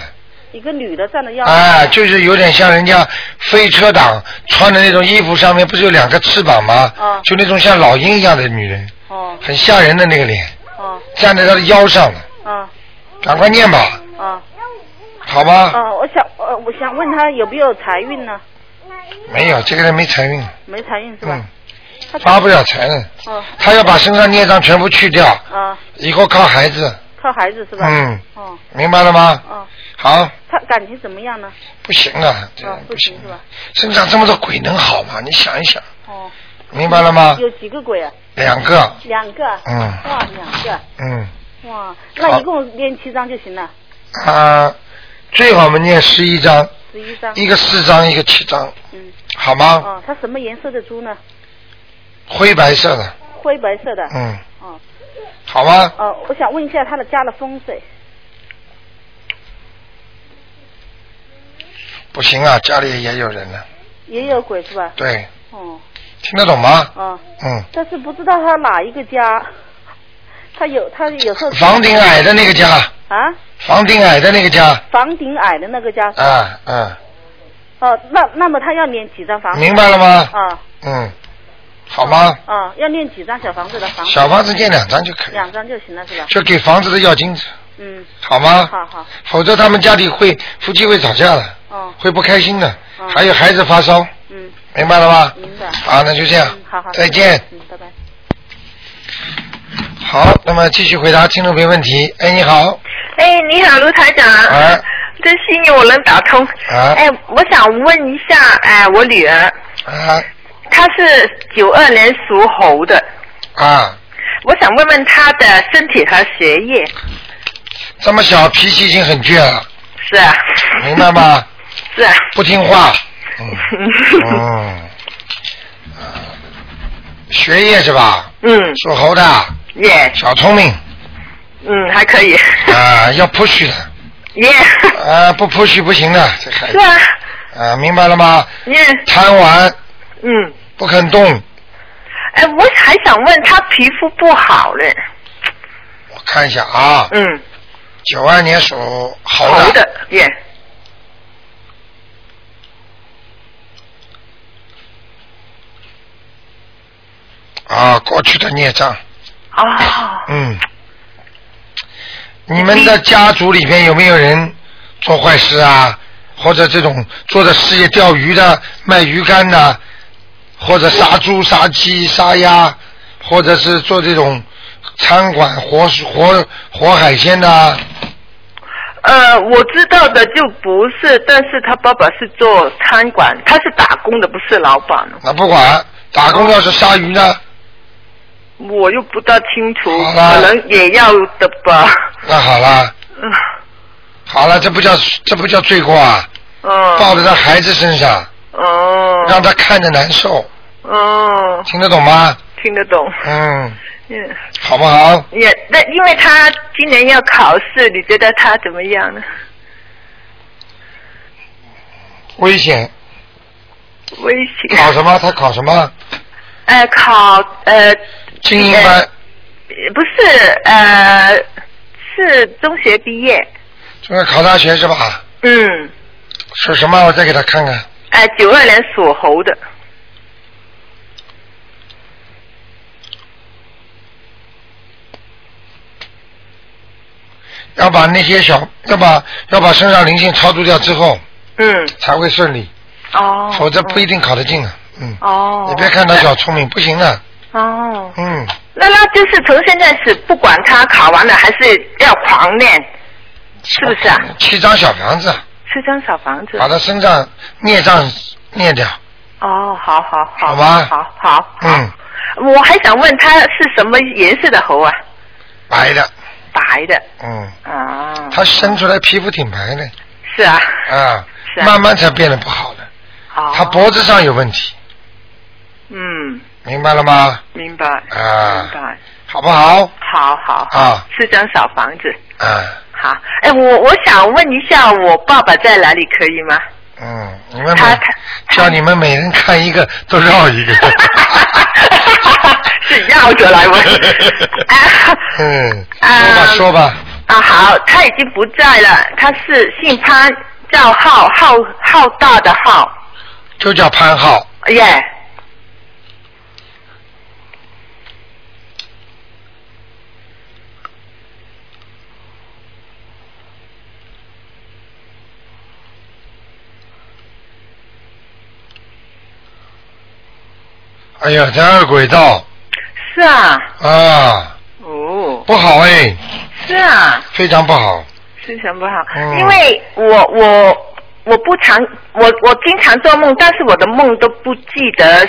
Speaker 8: 一个女的站着腰。
Speaker 1: 哎，就是有点像人家飞车党穿的那种衣服，上面不是有两个翅膀吗？
Speaker 8: 嗯
Speaker 1: 就那种像老鹰一样的女人，
Speaker 8: 哦
Speaker 1: 很吓人的那个脸，
Speaker 8: 哦
Speaker 1: 站在他的腰上呢。
Speaker 8: 哦
Speaker 1: 赶快念吧，
Speaker 8: 哦
Speaker 1: 好吗？
Speaker 8: 哦，我想呃我想问她有没有财运呢？
Speaker 1: 没有，这个人没财运，
Speaker 8: 没财运是吧
Speaker 1: 嗯？，
Speaker 8: 她
Speaker 1: 发不了财了。
Speaker 8: 哦
Speaker 1: 他要把身上孽障全部去掉，
Speaker 8: 啊，
Speaker 1: 以后靠孩子。
Speaker 8: 靠孩子是吧？
Speaker 1: 嗯，
Speaker 8: 哦
Speaker 1: 明白了吗？
Speaker 8: 哦，
Speaker 1: 好，
Speaker 8: 他感情怎么样呢？
Speaker 1: 不行啊，这
Speaker 8: 哦
Speaker 1: 样，
Speaker 8: 不
Speaker 1: 行
Speaker 8: 行是吧？
Speaker 1: 身上这么多鬼能好吗？你想一想，
Speaker 8: 哦，
Speaker 1: 明白了吗？
Speaker 8: 有几个鬼啊？
Speaker 1: 两个，
Speaker 8: 两个啊。
Speaker 1: 嗯
Speaker 8: 哇，两个啊。
Speaker 1: 嗯，
Speaker 8: 哇，
Speaker 1: 好
Speaker 8: 那一共练七张就行了，
Speaker 1: 啊，最好我们念十一章，
Speaker 8: 十一张。
Speaker 1: 一个四章，一个七章，
Speaker 8: 嗯。
Speaker 1: 好吗？
Speaker 8: 哦，他什么颜色的猪呢？
Speaker 1: 灰白色的，
Speaker 8: 灰白色的。
Speaker 1: 嗯，
Speaker 8: 哦
Speaker 1: 好吗？
Speaker 8: 哦，我想问一下他的家的风水。
Speaker 1: 不行啊，家里也有人了，
Speaker 8: 也有鬼是吧？
Speaker 1: 对，
Speaker 8: 哦
Speaker 1: 听得懂吗？
Speaker 8: 哦，
Speaker 1: 嗯，
Speaker 8: 但是不知道他哪一个家，他有他有时候
Speaker 1: 房顶矮的那个家，
Speaker 8: 啊，
Speaker 1: 房顶矮的那个家，
Speaker 8: 房顶矮的那个家是吧
Speaker 1: 啊，嗯。
Speaker 8: 哦，那那么他要念几张房子？
Speaker 1: 明白了吗？
Speaker 8: 啊
Speaker 1: 嗯，好吗？
Speaker 8: 啊，要念几张小房子的房子？
Speaker 1: 小房子建两张就可以了，
Speaker 8: 两张就行了是吧？
Speaker 1: 就给房子的要金子，
Speaker 8: 嗯，
Speaker 1: 好吗？
Speaker 8: 好好，
Speaker 1: 否则他们家里会夫妻会吵架的，
Speaker 8: 哦，
Speaker 1: 会不开心的，
Speaker 8: 嗯
Speaker 1: 还有孩子发烧，
Speaker 8: 嗯，
Speaker 1: 明白了吗？
Speaker 8: 明白。
Speaker 1: 好，那就这样
Speaker 8: 嗯，，好好，
Speaker 1: 再见。
Speaker 8: 嗯，拜拜。
Speaker 1: 好，那么继续回答听众朋友问题。哎，你好，
Speaker 9: 哎，你好，卢台长。
Speaker 1: 哎
Speaker 9: 真幸运我能打通。
Speaker 1: 啊
Speaker 9: 哎，我想问一下，哎，我女儿，
Speaker 1: 啊
Speaker 9: 她是九二年属猴的，
Speaker 1: 啊，
Speaker 9: 我想问问她的身体和学业，
Speaker 1: 这么小脾气已经很倔了，
Speaker 9: 是啊，
Speaker 1: 明白 吗？
Speaker 9: 是啊，
Speaker 1: 不听话，嗯嗯，
Speaker 9: 嗯
Speaker 1: 啊学业是吧？
Speaker 9: 嗯，
Speaker 1: 属猴的，
Speaker 9: 耶、
Speaker 1: 小聪明。
Speaker 9: 嗯，还可以，
Speaker 1: 啊，要 push 的，
Speaker 9: 耶、
Speaker 1: 啊，不 push 不行的，这孩
Speaker 9: 是
Speaker 1: 子
Speaker 9: 啊，
Speaker 1: 啊，明白了吗？
Speaker 9: 耶、
Speaker 1: 贪玩，
Speaker 9: 嗯，
Speaker 1: 不肯动，
Speaker 9: 哎，我还想问她皮肤不好嘞，
Speaker 1: 我看一下啊，
Speaker 9: 嗯，
Speaker 1: 九二年属猴
Speaker 9: 猴
Speaker 1: 的，
Speaker 9: 的，耶、
Speaker 1: 啊，过去的孽障，
Speaker 9: 哦，
Speaker 1: 嗯，你们的家族里面有没有人做坏事啊？或者这种做的事业钓鱼的、卖鱼竿的，或者杀猪、杀鸡、杀鸭，或者是做这种餐馆活活活海鲜的啊、
Speaker 9: 呃，我知道的就不是，但是他爸爸是做餐馆，他是打工的，不是老板。
Speaker 1: 那不管，打工要是杀鱼呢？
Speaker 9: 我又不大清楚，
Speaker 1: 好啦
Speaker 9: 可能也要的吧。
Speaker 1: 那好了，
Speaker 9: 嗯
Speaker 1: 好了，这不叫这不叫罪过啊，
Speaker 9: 嗯。
Speaker 1: 报在他孩子身上，
Speaker 9: 哦。
Speaker 1: 让他看着难受，
Speaker 9: 哦，
Speaker 1: 听得懂吗？
Speaker 9: 听得懂。
Speaker 1: 嗯，
Speaker 9: 嗯。
Speaker 1: 好不好？
Speaker 9: 也那因为他今年要考试，你觉得他怎么样呢？
Speaker 1: 危 险，
Speaker 9: 危险。
Speaker 1: 考什么？他考什么？
Speaker 9: 呃，考呃。
Speaker 1: 精英班
Speaker 9: 呃不是呃，是中学毕业。
Speaker 1: 这个考大学是吧？
Speaker 9: 嗯，
Speaker 1: 属什么？我再给他看看。
Speaker 9: 呃，九二年属猴的。
Speaker 1: 要把那些小，要把要把身上灵性超度掉之后，
Speaker 9: 嗯。
Speaker 1: 才会顺利，
Speaker 9: 哦。
Speaker 1: 否则不一定考得进啊。嗯，
Speaker 9: 哦。
Speaker 1: 你别看他小聪明，不行的。
Speaker 9: 哦。
Speaker 1: 嗯，
Speaker 9: 那那就是从现在起，不管他考完了还是要狂练，是不是啊？
Speaker 1: 七张小房子，
Speaker 9: 是张小房子。
Speaker 1: 把他身上孽障念掉。
Speaker 9: 哦，好好好。
Speaker 1: 好吧
Speaker 9: 好好。
Speaker 1: 嗯，
Speaker 9: 我还想问他是什么颜色的猴啊？
Speaker 1: 白的。
Speaker 9: 白的
Speaker 1: 嗯，
Speaker 9: 啊。
Speaker 1: 他生出来皮肤挺白的，
Speaker 9: 是啊。
Speaker 1: 啊，
Speaker 9: 是啊
Speaker 1: 慢慢才变得不好的。
Speaker 9: 哦。
Speaker 1: 他脖子上有问题，
Speaker 9: 嗯，
Speaker 1: 明白了吗？
Speaker 9: 明白。
Speaker 1: 啊
Speaker 9: 明，白。
Speaker 1: 好不好？
Speaker 9: 好好。好
Speaker 1: 啊。
Speaker 9: 是张小房子。
Speaker 1: 啊，
Speaker 9: 好，哎，我我想问一下，我爸爸在哪里可以吗？
Speaker 1: 嗯，你们
Speaker 9: 他
Speaker 1: 每
Speaker 9: 他
Speaker 1: 叫你们每人看一个，都绕 一个。
Speaker 9: 是绕着 来问。啊
Speaker 1: 嗯，说吧
Speaker 9: 啊
Speaker 1: 说吧，
Speaker 9: 啊，好，他已经不在了，他是姓潘，叫浩，浩浩大的浩，
Speaker 1: 就叫潘浩，
Speaker 9: 耶、
Speaker 1: 哎呀，在二轨道
Speaker 9: 是啊，
Speaker 1: 啊，
Speaker 9: 哦，
Speaker 1: 不好哎，
Speaker 9: 是啊，
Speaker 1: 非常不好。
Speaker 9: 是什么好？
Speaker 1: 嗯
Speaker 9: 因为我我我不常我我经常做梦，但是我的梦都不记得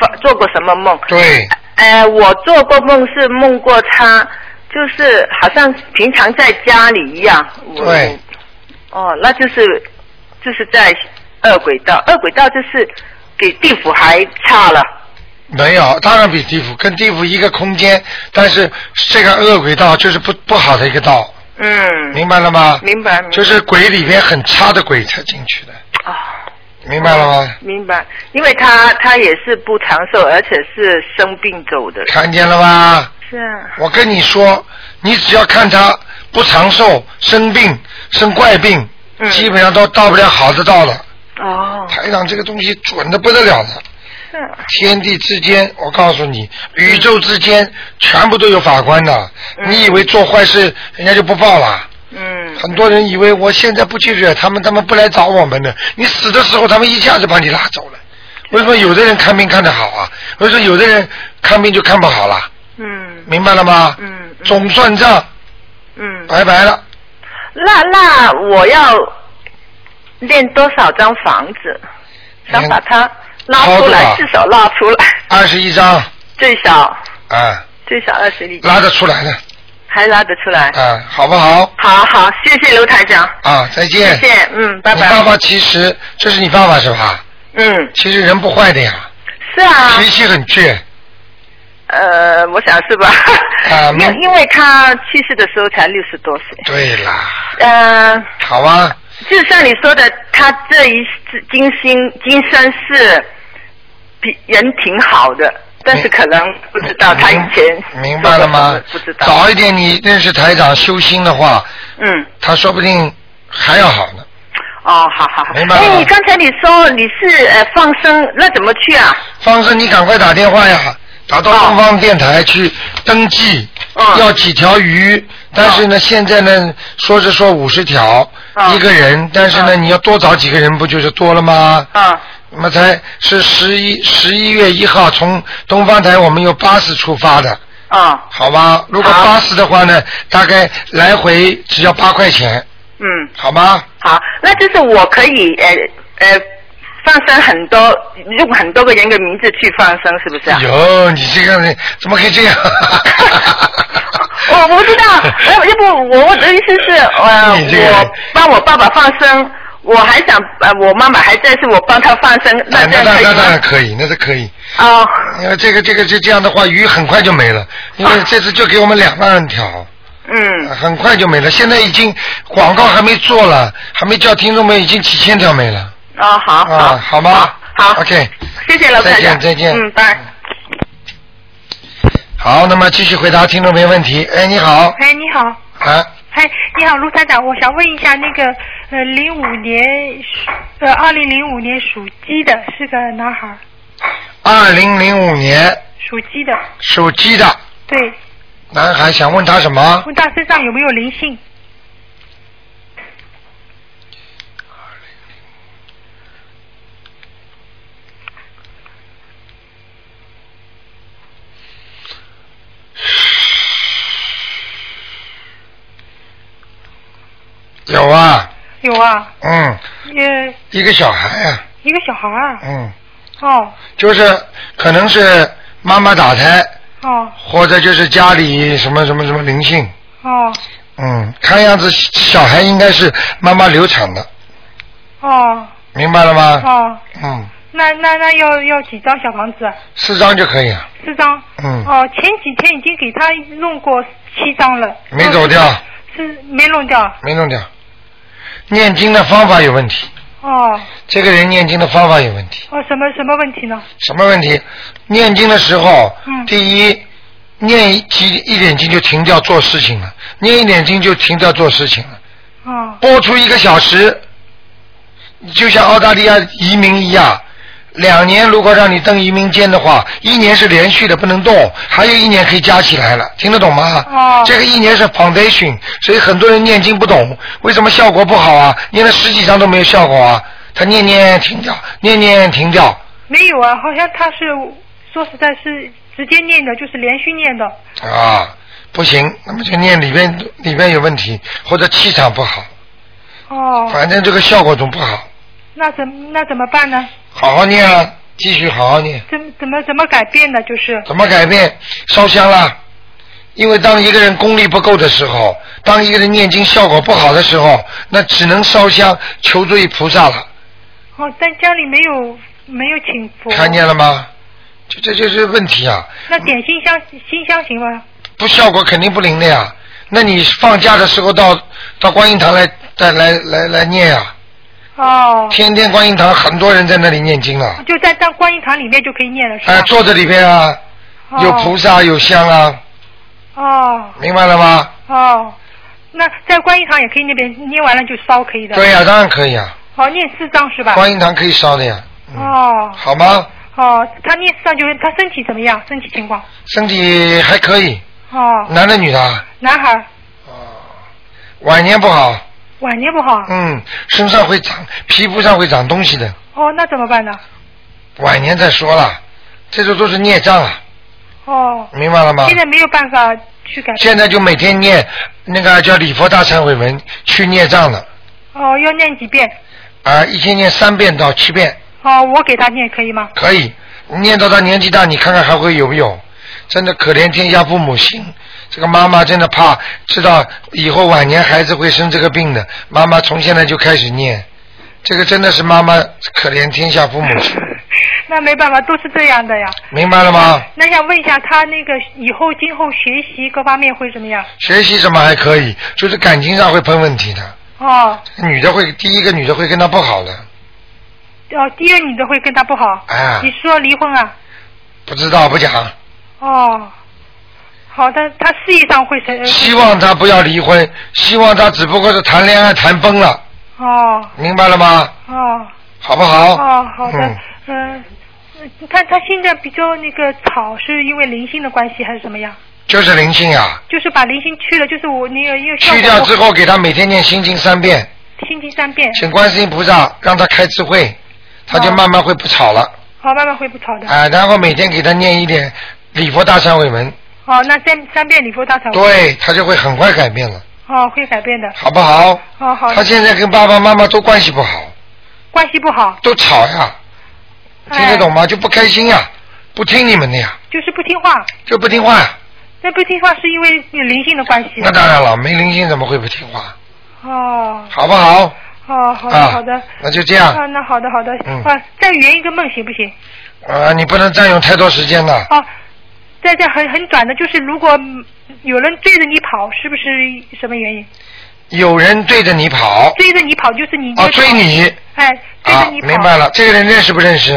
Speaker 9: 发做过什么梦。
Speaker 1: 对，
Speaker 9: 呃，我做过梦是梦过他，就是好像平常在家里一样。我
Speaker 1: 对。
Speaker 9: 哦，那就是就是在二轨道，二轨道就是比地府还差了。
Speaker 1: 没有，当然比地府跟地府一个空间，但是这个恶鬼道就是不不好的一个道，
Speaker 9: 嗯，
Speaker 1: 明白了吗？
Speaker 9: 明白，明白
Speaker 1: 就是鬼里边很差的鬼才进去的，
Speaker 9: 啊。
Speaker 1: 明白了吗？
Speaker 9: 明白，因为他他也是不长寿，而且是生病走的。
Speaker 1: 看见了吧？
Speaker 9: 是啊，
Speaker 1: 我跟你说，你只要看他不长寿、生病、生怪病，
Speaker 9: 嗯
Speaker 1: 基本上都到不了好的道了。
Speaker 9: 哦，
Speaker 1: 台长这个东西准的不得了了，
Speaker 9: 是啊
Speaker 1: 天地之间，我告诉你，宇宙之间全部都有法官的。
Speaker 9: 嗯
Speaker 1: 你以为做坏事人家就不报了？
Speaker 9: 嗯，
Speaker 1: 很多人以为我现在不去惹他们，他们不来找我们的。你死的时候，他们一下子把你拉走了。为什么有的人看病看得好啊？为什么有的人看病就看不好了？
Speaker 9: 嗯
Speaker 1: 明白了吗？
Speaker 9: 嗯嗯
Speaker 1: 总算账
Speaker 9: 嗯，
Speaker 1: 拜拜了，
Speaker 9: 那那我要练多少张房子？想把它拉出
Speaker 1: 超
Speaker 9: 来，
Speaker 1: 度啊
Speaker 9: 至少拉出来，
Speaker 1: 二十一张
Speaker 9: 最少
Speaker 1: 啊，
Speaker 9: 最少二十里，
Speaker 1: 拉得出来的
Speaker 9: 还拉得出来。
Speaker 1: 啊，好不好？
Speaker 9: 好好，谢谢卢台长，
Speaker 1: 啊，再
Speaker 9: 谢
Speaker 1: 见。
Speaker 9: 谢，嗯，拜
Speaker 1: 你爸
Speaker 9: 拜，
Speaker 1: 爸其实这是你爸爸是吧？
Speaker 9: 嗯，
Speaker 1: 其实人不坏的呀，
Speaker 9: 是啊，
Speaker 1: 脾气很倔，
Speaker 9: 呃，我想是吧
Speaker 1: 啊？
Speaker 9: 因、
Speaker 1: 那
Speaker 9: 因为他去世的时候才六十多岁。
Speaker 1: 对啦，
Speaker 9: 呃，
Speaker 1: 好吧，
Speaker 9: 就像你说的，他这一世今生今生是比人挺好的，
Speaker 1: 嗯
Speaker 9: 但是可能不知道他以前
Speaker 1: 明明白了吗？
Speaker 9: 不知道。
Speaker 1: 早一点你认识台长修心的话，
Speaker 9: 嗯，
Speaker 1: 他说不定还要好呢。
Speaker 9: 哦，好好好。
Speaker 1: 明白了吗
Speaker 9: 哎，你刚才你说你是呃放生，那怎么去啊？
Speaker 1: 方生，你赶快打电话呀，打到东方电台去登记，
Speaker 9: 嗯
Speaker 1: 要几条鱼。但是呢，现在呢，说是说五十条、
Speaker 9: 嗯
Speaker 1: 一个人，但是呢，
Speaker 9: 嗯
Speaker 1: 你要多找几个人，不就是多了吗？
Speaker 9: 啊，
Speaker 1: 那么才是十一十一月一号从东方台我们有巴士出发的，
Speaker 9: 啊
Speaker 1: 好吧？如果
Speaker 9: 好
Speaker 1: 巴士的话呢，大概来回只要八块钱，
Speaker 9: 嗯，
Speaker 1: 好吗？
Speaker 9: 好，那就是我可以呃呃放生很多，用很多个人的名字去放生，是不是啊？
Speaker 1: 哟，你这个人怎么可以这样？
Speaker 9: 哦我不 知道，呃要要不我我的意思是，呃，
Speaker 1: 你这个
Speaker 9: 我帮我爸爸放生，我还想呃我妈妈还在，是我帮她放生，
Speaker 1: 啊
Speaker 9: 那这
Speaker 1: 那那那
Speaker 9: 样可以
Speaker 1: 当然
Speaker 9: 吗？
Speaker 1: 可以，那是可以。
Speaker 9: 哦，
Speaker 1: 因为这个这个这这样的话，鱼很快就没了，因为这次就给我们两万条，
Speaker 9: 啊
Speaker 1: 啊
Speaker 9: 嗯，
Speaker 1: 很快就没了。现在已经广告还没做了，还没叫听众们已经几千条没了
Speaker 9: 哦，好
Speaker 1: 啊，
Speaker 9: 好，
Speaker 1: 好吗？
Speaker 9: 好好
Speaker 1: ，OK，
Speaker 9: 谢谢老太
Speaker 1: 再见
Speaker 9: 太，
Speaker 1: 再见
Speaker 9: 嗯，拜。
Speaker 1: 好，那么继续回答听众朋友问题。哎，你好，
Speaker 5: 哎，你好，
Speaker 1: 啊，
Speaker 5: 嗨，哎你好，卢台长，我想问一下那个呃零五年属呃二零零五年属鸡的是个男孩儿，
Speaker 1: 二零零五年
Speaker 5: 属鸡的，
Speaker 1: 属鸡的
Speaker 5: 对，
Speaker 1: 男孩想问他什么？
Speaker 5: 问他身上有没有灵性？
Speaker 1: 有啊，
Speaker 5: 有啊，
Speaker 1: 嗯，
Speaker 5: 呃，
Speaker 1: 一个小孩啊，
Speaker 5: 一个小孩儿啊，
Speaker 1: 嗯，
Speaker 5: 哦
Speaker 1: 就是可能是妈妈打胎，
Speaker 5: 哦
Speaker 1: 或者就是家里什么什么什么灵性，
Speaker 5: 哦
Speaker 1: 嗯，看样子小孩应该是妈妈流产的，
Speaker 5: 哦
Speaker 1: 明白了吗？
Speaker 5: 哦，
Speaker 1: 嗯，
Speaker 5: 那那那要要几张小房子啊？
Speaker 1: 四张就可以了，
Speaker 5: 四张。
Speaker 1: 嗯，
Speaker 5: 哦，前几天已经给他弄过七张了，
Speaker 1: 没走掉，
Speaker 5: 哦是没弄掉。
Speaker 1: 没弄掉。念经的方法有问题，
Speaker 5: 哦
Speaker 1: 这个人念经的方法有问题。
Speaker 5: 哦，什么什么问题呢？
Speaker 1: 什么问题？念经的时候，
Speaker 5: 嗯
Speaker 1: 第一，念一几一点经就停掉做事情了，念一点经就停掉做事情了，
Speaker 5: 哦
Speaker 1: 播出一个小时，就像澳大利亚移民一样，两年如果让你登移民监的话，一年是连续的不能动，还有一年可以加起来了，听得懂吗？
Speaker 5: 哦
Speaker 1: 这个一年是 foundation，所以很多人念经不懂，为什么效果不好啊？念了十几章都没有效果啊，他念念停掉，念念停掉。
Speaker 5: 没有啊，好像他是说实在是直接念的，就是连续念的。
Speaker 1: 啊，不行，那么就念里边里边有问题，或者气场不好，
Speaker 5: 哦，
Speaker 1: 反正这个效果总不好。
Speaker 5: 那怎那怎么办呢？
Speaker 1: 好好念啊，继续好好念。
Speaker 5: 怎怎么怎么改变呢？就是
Speaker 1: 怎么改变？烧香啦。因为当一个人功力不够的时候，当一个人念经效果不好的时候，那只能烧香求助于菩萨了。
Speaker 5: 哦，但家里没有没有请佛，
Speaker 1: 看见了吗？这这就是问题啊！
Speaker 5: 那点心香心香行吗？
Speaker 1: 不效果肯定不灵的呀。那你放假的时候到到观音堂来再来来来念呀、
Speaker 5: 哦，
Speaker 1: 天天观音堂很多人在那里念经啊。
Speaker 5: 就在在观音堂里面就可以念了，是吧？
Speaker 1: 哎，坐在里边啊，
Speaker 5: 哦
Speaker 1: 有菩萨有香啊，
Speaker 5: 哦
Speaker 1: 明白了吗？
Speaker 5: 哦，那在观音堂也可以那边捏完了就烧，可以的。
Speaker 1: 对。呀、当然可以啊，
Speaker 5: 哦，念四张是吧？
Speaker 1: 观音堂嗯可以烧的呀，
Speaker 5: 哦
Speaker 1: 好吗？
Speaker 5: 哦，他念四张就是他身体怎么样？身体情况？
Speaker 1: 身体还可以，
Speaker 5: 哦，
Speaker 1: 男的女的啊，
Speaker 5: 男孩儿
Speaker 1: 晚年不好，
Speaker 5: 晚年不好。
Speaker 1: 嗯，身上会长，皮肤上会长东西的，
Speaker 5: 哦，那怎么办呢？
Speaker 1: 晚年再说了，这种都是孽障啊，
Speaker 5: 哦，
Speaker 1: 明白了吗
Speaker 5: 现？在没有办法去改。
Speaker 1: 现在就每天念那个叫礼佛大忏悔文去孽障了，
Speaker 5: 哦，要念几遍？
Speaker 1: 啊，一天念三遍到七遍。
Speaker 5: 哦，我给他念可以吗？
Speaker 1: 可以，念到他年纪大，你看看还会有没有？真的可怜天下父母心，这个妈妈真的怕知道以后晚年孩子会生这个病的，妈妈从现在就开始念，这个真的是妈妈可怜天下父母心，
Speaker 5: 那没办法，都是这样的呀。
Speaker 1: 明白了吗？
Speaker 5: 那想问一下，他那个以后今后学习各方面会怎么样？
Speaker 1: 学习什么还可以，就是感情上会碰问题的，
Speaker 5: 哦，
Speaker 1: 女的会第一个女的会跟他不好的，
Speaker 5: 哦，第一个女的会跟他不好。
Speaker 1: 啊
Speaker 5: 你说离婚啊？
Speaker 1: 不知道不讲，
Speaker 5: 哦，好的，他事业上会成。呃
Speaker 1: 希望他不要离婚，希望他只不过是谈恋爱谈崩了，
Speaker 5: 哦
Speaker 1: 明白了吗？
Speaker 5: 哦
Speaker 1: 好不好？
Speaker 5: 哦，好的
Speaker 1: 嗯，
Speaker 5: 嗯。你看他现在比较那个吵，是因为灵性的关系还是怎么样？
Speaker 1: 就是灵性啊，
Speaker 5: 就是把灵性去了，就是我那个因为效
Speaker 1: 去
Speaker 5: 果
Speaker 1: 掉
Speaker 5: 不
Speaker 1: 之后给他每天念心经三遍，
Speaker 5: 好心情三变，
Speaker 1: 请观世音菩萨让他开智慧，他就
Speaker 5: 哦
Speaker 1: 慢慢会不吵了
Speaker 5: 好，慢慢会不吵的。
Speaker 1: 啊、然后每天给他念一点礼佛大忏悔文，
Speaker 5: 哦好，那三三遍礼佛大忏悔。
Speaker 1: 对他就会很快改变了，
Speaker 5: 哦，会改变的。
Speaker 1: 好不好？
Speaker 5: 哦，好的。
Speaker 1: 他现在跟爸爸妈妈都关系不好，
Speaker 5: 关系不好，
Speaker 1: 都吵呀，
Speaker 5: 哎
Speaker 1: 听得懂吗？就不开心呀，不听你们的呀，
Speaker 5: 就是不听话。
Speaker 1: 就不听话呀。
Speaker 5: 那不听话是因为灵性的关系。
Speaker 1: 那当然了，没灵性怎么会不听话？
Speaker 5: 哦
Speaker 1: 好不好？
Speaker 5: 哦，好的
Speaker 1: 啊
Speaker 5: 好的。
Speaker 1: 那就这样
Speaker 5: 啊，那好的好的。
Speaker 1: 嗯
Speaker 5: 啊，再圆一个梦行不行？
Speaker 1: 呃，你不能占用太多时间了。
Speaker 5: 啊，在这很很短的，就是如果嗯有人追着你跑，是不是什么原因？
Speaker 1: 有人对着你跑，
Speaker 5: 追着你跑就是你
Speaker 1: 哦，追你
Speaker 5: 哎，追
Speaker 1: 啊
Speaker 5: 着你，跑。
Speaker 1: 明白了。这个人认识不认识？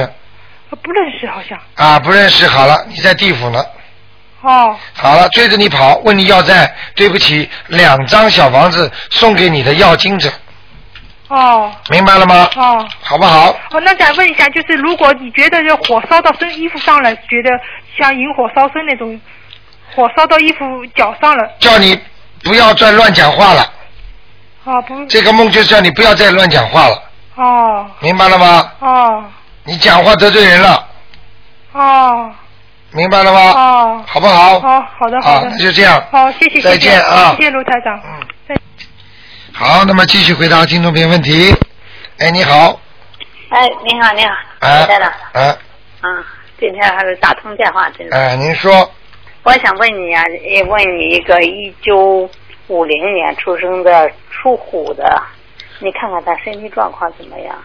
Speaker 5: 呃不认识好像。
Speaker 1: 啊，不认识。好了，你在地府呢。
Speaker 5: 哦
Speaker 1: 好了，追着你跑，问你要债，对不起，两张小房子送给你的要经者，
Speaker 5: 哦
Speaker 1: 明白了吗？
Speaker 5: 哦。
Speaker 1: 好不好？
Speaker 5: 哦，那想问一下，就是如果你觉得这火烧到身衣服上了，觉得像引火烧身那种，火烧到衣服脚上了，
Speaker 1: 叫你不要再乱讲话了，
Speaker 5: 啊不，
Speaker 1: 这个梦就叫你不要再乱讲话了，
Speaker 5: 哦
Speaker 1: 明白了吗？
Speaker 5: 哦
Speaker 1: 你讲话得罪人了，
Speaker 5: 哦
Speaker 1: 明白了吗？
Speaker 5: 哦，
Speaker 1: 好不好？
Speaker 5: 哦好的好
Speaker 1: 啊
Speaker 5: 的，
Speaker 1: 那就这样
Speaker 5: 好，谢谢，谢谢
Speaker 1: 再见啊
Speaker 5: 谢谢卢台长，
Speaker 1: 好，那么继续回答听众朋友问题。哎，你好，
Speaker 10: 哎，你好，你好，
Speaker 1: 哎
Speaker 10: 台长，
Speaker 1: 哎
Speaker 10: 啊，今天还是打通电话，真的。
Speaker 1: 哎，您说，
Speaker 10: 我想问你啊，也问你一个一九五零年出生的属虎的，你看看他身体状况怎么样？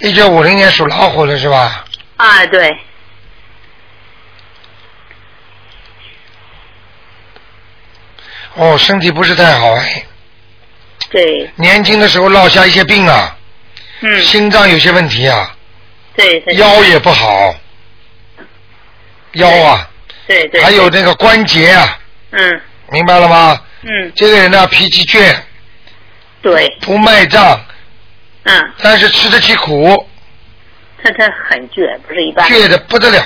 Speaker 1: 一九五零年属老虎的是吧？
Speaker 10: 啊，对，
Speaker 1: 哦，身体不是太好哎，
Speaker 10: 对，
Speaker 1: 年轻的时候落下一些病啊，
Speaker 10: 嗯，
Speaker 1: 心脏有些问题啊，
Speaker 10: 对，对
Speaker 1: 腰也不，好，腰啊，
Speaker 10: 对对，
Speaker 1: 还有那个关节啊，
Speaker 10: 嗯
Speaker 1: 明白了吗？
Speaker 10: 嗯，
Speaker 1: 这个人呢、脾气倔，
Speaker 10: 对，
Speaker 1: 不卖账，
Speaker 10: 嗯，
Speaker 1: 但是吃得起苦，
Speaker 10: 他他很倔，不是一般，
Speaker 1: 倔的不得了，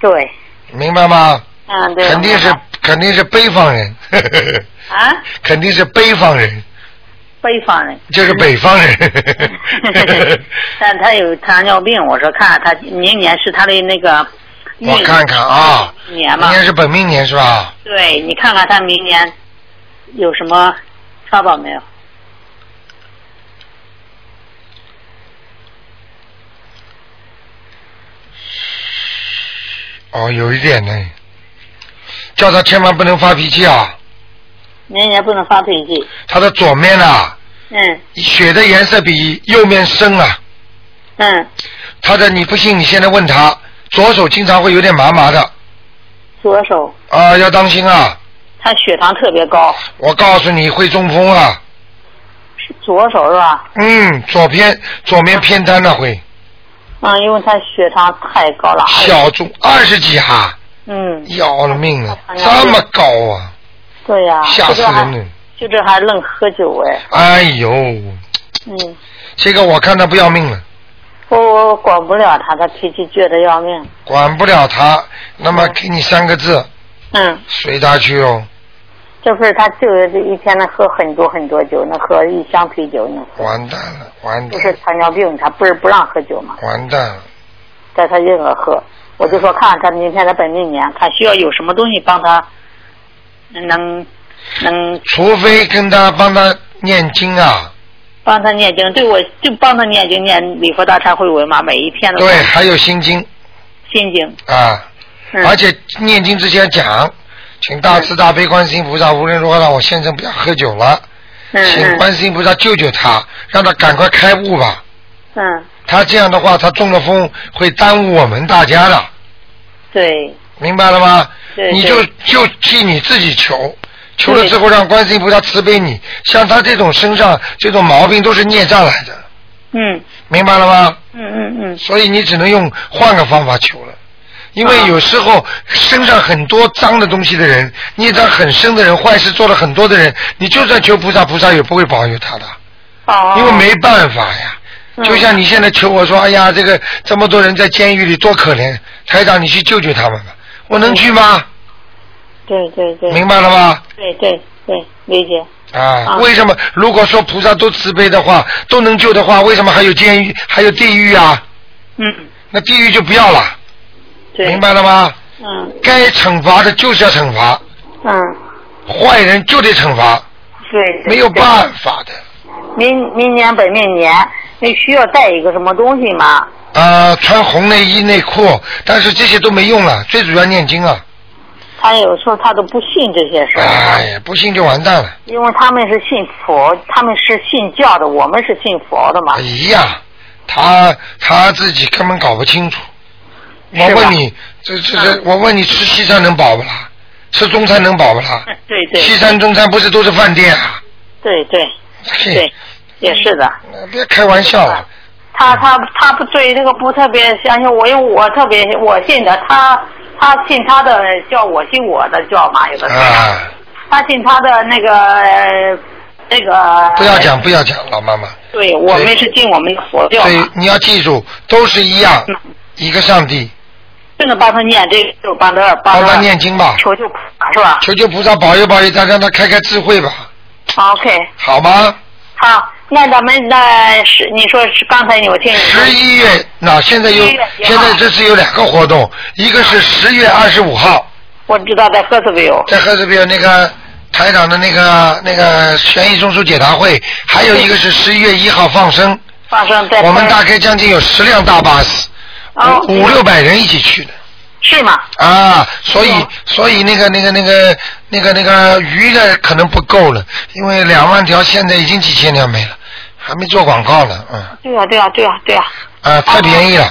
Speaker 10: 对，
Speaker 1: 明白吗？
Speaker 10: 嗯，对，
Speaker 1: 肯定是肯定是北方人，
Speaker 10: 啊，
Speaker 1: 肯定是北方人，
Speaker 10: 北方 人，
Speaker 1: 就是北方人。
Speaker 10: 嗯 但他有糖尿病，我说看他明年是他的那个运
Speaker 1: 我看看啊，
Speaker 10: 年
Speaker 1: 明
Speaker 10: 嘛，
Speaker 1: 年是本命年是吧？
Speaker 10: 对你看看他明年有什么 trouble 没有？
Speaker 1: 哦，有一点呢，叫他千万不能发脾气啊！
Speaker 10: 明年不能发脾气，
Speaker 1: 他的左面啊，
Speaker 10: 嗯
Speaker 1: 血的颜色比右面深啊。
Speaker 10: 嗯，
Speaker 1: 他的你不信，你现在问他，左手经常会有点麻麻的
Speaker 10: 左手
Speaker 1: 啊、要当心啊！
Speaker 10: 他血糖特别高，
Speaker 1: 我告诉你会中风啊！
Speaker 10: 左手是吧？
Speaker 1: 嗯，左偏左面偏瘫了会
Speaker 10: 嗯，因为他血糖太高了，
Speaker 1: 小中二十几哈，
Speaker 10: 嗯，
Speaker 1: 要了命了，
Speaker 10: 哎呀
Speaker 1: 这么高啊，
Speaker 10: 对呀、
Speaker 1: 吓
Speaker 10: 就
Speaker 1: 死
Speaker 10: 这还
Speaker 1: 人了！
Speaker 10: 就这还愣喝酒哎，
Speaker 1: 哎呦，
Speaker 10: 嗯，
Speaker 1: 这个我看他不要命了，
Speaker 10: 我我管不了他，他脾气倔得要命，
Speaker 1: 管不了他。那么给你三个字，
Speaker 10: 嗯。
Speaker 1: 随他去哦。
Speaker 10: 就是他就是一天能喝很多很多酒，能喝一箱啤酒呢。
Speaker 1: 完蛋了，完
Speaker 10: 就
Speaker 1: 蛋，
Speaker 10: 是糖尿病，他不是不让喝酒嘛，
Speaker 1: 完蛋了。
Speaker 10: 但他硬要喝。我就说看他明天他本命年，看需要有什么东西帮他能能
Speaker 1: 除非跟他帮他念经啊，
Speaker 10: 帮他念经。对，我就帮他念经，念礼佛大忏悔文嘛，每一天的
Speaker 1: 对，还有心经
Speaker 10: 心经。
Speaker 1: 啊，
Speaker 10: 嗯、
Speaker 1: 而且念经之前讲，请大慈大悲观世音菩萨无论如何让我先生不要喝酒了，
Speaker 10: 嗯
Speaker 1: 请观世音菩萨救救他，让他赶快开悟吧。
Speaker 10: 嗯，
Speaker 1: 他这样的话，他中了风会耽误我们大家的，
Speaker 10: 对
Speaker 1: 明白了吗？
Speaker 10: 对
Speaker 1: 你就
Speaker 10: 对
Speaker 1: 就替你自己求，求了
Speaker 10: 对
Speaker 1: 之后让观世音菩萨慈悲你。像他这种身上这种毛病都是孽障来的，
Speaker 10: 嗯
Speaker 1: 明白了吗？
Speaker 10: 嗯嗯嗯，
Speaker 1: 所以你只能用换个方法求了。因
Speaker 10: 啊
Speaker 1: 为有时候身上很多脏的东西的人，孽障很深的人，坏事做了很多的人，你就算求菩萨，菩萨也不会保佑他的，
Speaker 10: 哦，嗯
Speaker 1: 因为没办法呀。就像你现在求我说，哎呀，这个这么多人在监狱里多可怜，台长你去救救他们吧，我
Speaker 10: 嗯
Speaker 1: 能去吗？
Speaker 10: 对对对，
Speaker 1: 明白了吗？
Speaker 10: 对对对，理解。
Speaker 1: 啊，为什么？如果说菩萨都慈悲的话，都能救的话，为什么还有监狱，还有地狱啊？
Speaker 10: 嗯，
Speaker 1: 那地狱就不要了，
Speaker 10: 对
Speaker 1: 明白了吗？
Speaker 10: 嗯
Speaker 1: 该惩罚的就是要惩罚，
Speaker 10: 嗯，
Speaker 1: 坏人就得惩罚，
Speaker 10: 对，
Speaker 1: 没有办法的。
Speaker 10: 明明年本命年，那需要带一个什么东西吗？
Speaker 1: 呃，穿红内衣内裤，但是这些都没用了，最主要念经啊！
Speaker 10: 他有时候他都不信这些事儿，
Speaker 1: 哎呀，不信就完蛋了，
Speaker 10: 因为他们是信佛，他们是信教的，我们是信佛的嘛。
Speaker 1: 一样，他他自己根本搞不清楚。我
Speaker 10: 是吧
Speaker 1: 问你，这这
Speaker 10: 嗯
Speaker 1: 这，我问你，吃西餐能饱不啦？吃中餐能饱不啦？
Speaker 10: 对对
Speaker 1: 西餐、中餐不是都是饭店啊？
Speaker 10: 对对对，也是的。
Speaker 1: 别开玩笑了，
Speaker 10: 他他他不对这个不特别相信我，因为我特别我信的，他他信他的教，我信我的教嘛，有的时候、
Speaker 1: 啊
Speaker 10: 他信他的那个呃那个。
Speaker 1: 不要讲，不要讲，老妈妈。
Speaker 10: 对我们是进我们的佛教
Speaker 1: 所以
Speaker 10: 嘛，
Speaker 1: 你要记住，都是一样，
Speaker 10: 嗯
Speaker 1: 一个上帝。
Speaker 10: 这个帮他念，这个就帮他帮
Speaker 1: 帮他念经吧，
Speaker 10: 求求是吧？
Speaker 1: 求求菩萨保佑保佑他，让他开开智慧吧，
Speaker 10: OK，
Speaker 1: 好吗？
Speaker 10: 好，那咱们那是你说是刚才我听你说
Speaker 1: 十一月，那现在有
Speaker 10: 11月几号
Speaker 1: 现在这次有两个活动，一个是十月二十五号，
Speaker 10: 我知道在赫斯贝尔，
Speaker 1: 在赫兹比尔那个台长的那个那个悬疑中枢解答会，还有一个是十一月一号放生，
Speaker 10: 放生在
Speaker 1: 我们大概将近有十辆大巴士，
Speaker 10: 哦
Speaker 1: 五五六百人一起去的。
Speaker 10: 是吗？
Speaker 1: 啊，所以所以那个那个那个那个那个鱼的可能不够了，因为两万条现在已经几千条没了，还没做广告呢，嗯，
Speaker 10: 对呀、对呀、对呀、对呀、
Speaker 1: 啊，太便宜了，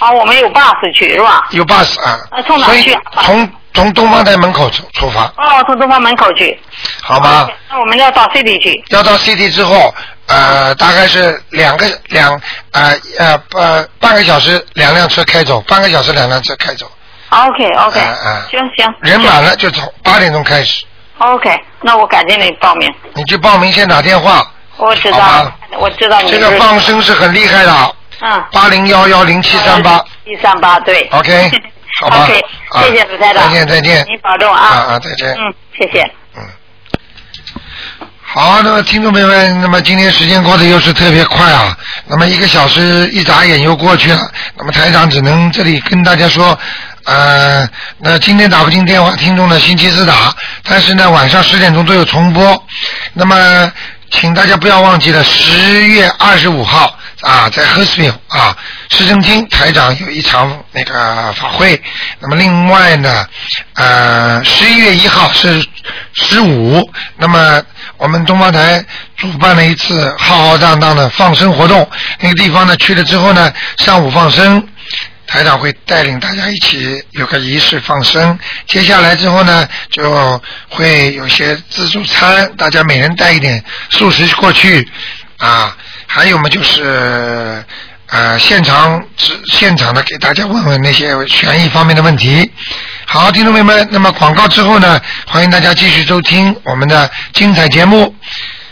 Speaker 10: 啊，我们有 bus 去是吧？
Speaker 1: 有 bus 啊
Speaker 10: 啊，从哪
Speaker 1: 所以
Speaker 10: 去啊
Speaker 1: 从从东方台门口出出发，
Speaker 10: 哦，从东方门口去，
Speaker 1: 好吗？
Speaker 10: 那我们要到 city 去。
Speaker 1: 要到 city 之后，呃，大概是两个两呃呃呃半个小时两辆车开走，半个小时两辆车开走，
Speaker 10: OK OK，、
Speaker 1: 啊啊
Speaker 10: 行行，
Speaker 1: 人满了就走，八点钟开始，
Speaker 10: OK，那我赶紧得报名。
Speaker 1: 你去报名先打电话，
Speaker 10: 我知
Speaker 1: 好
Speaker 10: 道
Speaker 1: 吧，
Speaker 10: 我知道你
Speaker 1: 这个放生是很厉害的，啊
Speaker 10: 嗯，
Speaker 1: 八零幺幺零七三八
Speaker 10: 一三八对。
Speaker 1: ，OK，好吧
Speaker 10: OK，
Speaker 1: 啊
Speaker 10: 谢谢卢台长
Speaker 1: 再见再见
Speaker 10: 您保重
Speaker 1: 啊
Speaker 10: 啊。
Speaker 1: 啊，再见。
Speaker 10: 嗯，谢谢。
Speaker 1: 好，那么听众朋友们，那么今天时间过得又是特别快啊，那么一个小时一眨眼又过去了，那么台长只能这里跟大家说，呃，那今天打不进电话，听众呢星期四打，但是呢晚上十点钟都有重播，那么请大家不要忘记了，十月二十五号啊，在 h e r s v i l l 啊，市政厅台长有一场那个法会，那么另外呢，呃，十一月一号是十五，那么我们东方台主办了一次浩浩荡荡的放生活动，那个地方呢去了之后呢，上午放生。台长会带领大家一起有个仪式放生，接下来之后呢，就会有些自助餐，大家每人带一点素食过去啊。还有嘛，就是呃，现场只现场的给大家问问那些悬疑方面的问题。好，听众朋友们，那么广告之后呢，欢迎大家继续收听我们的精彩节目。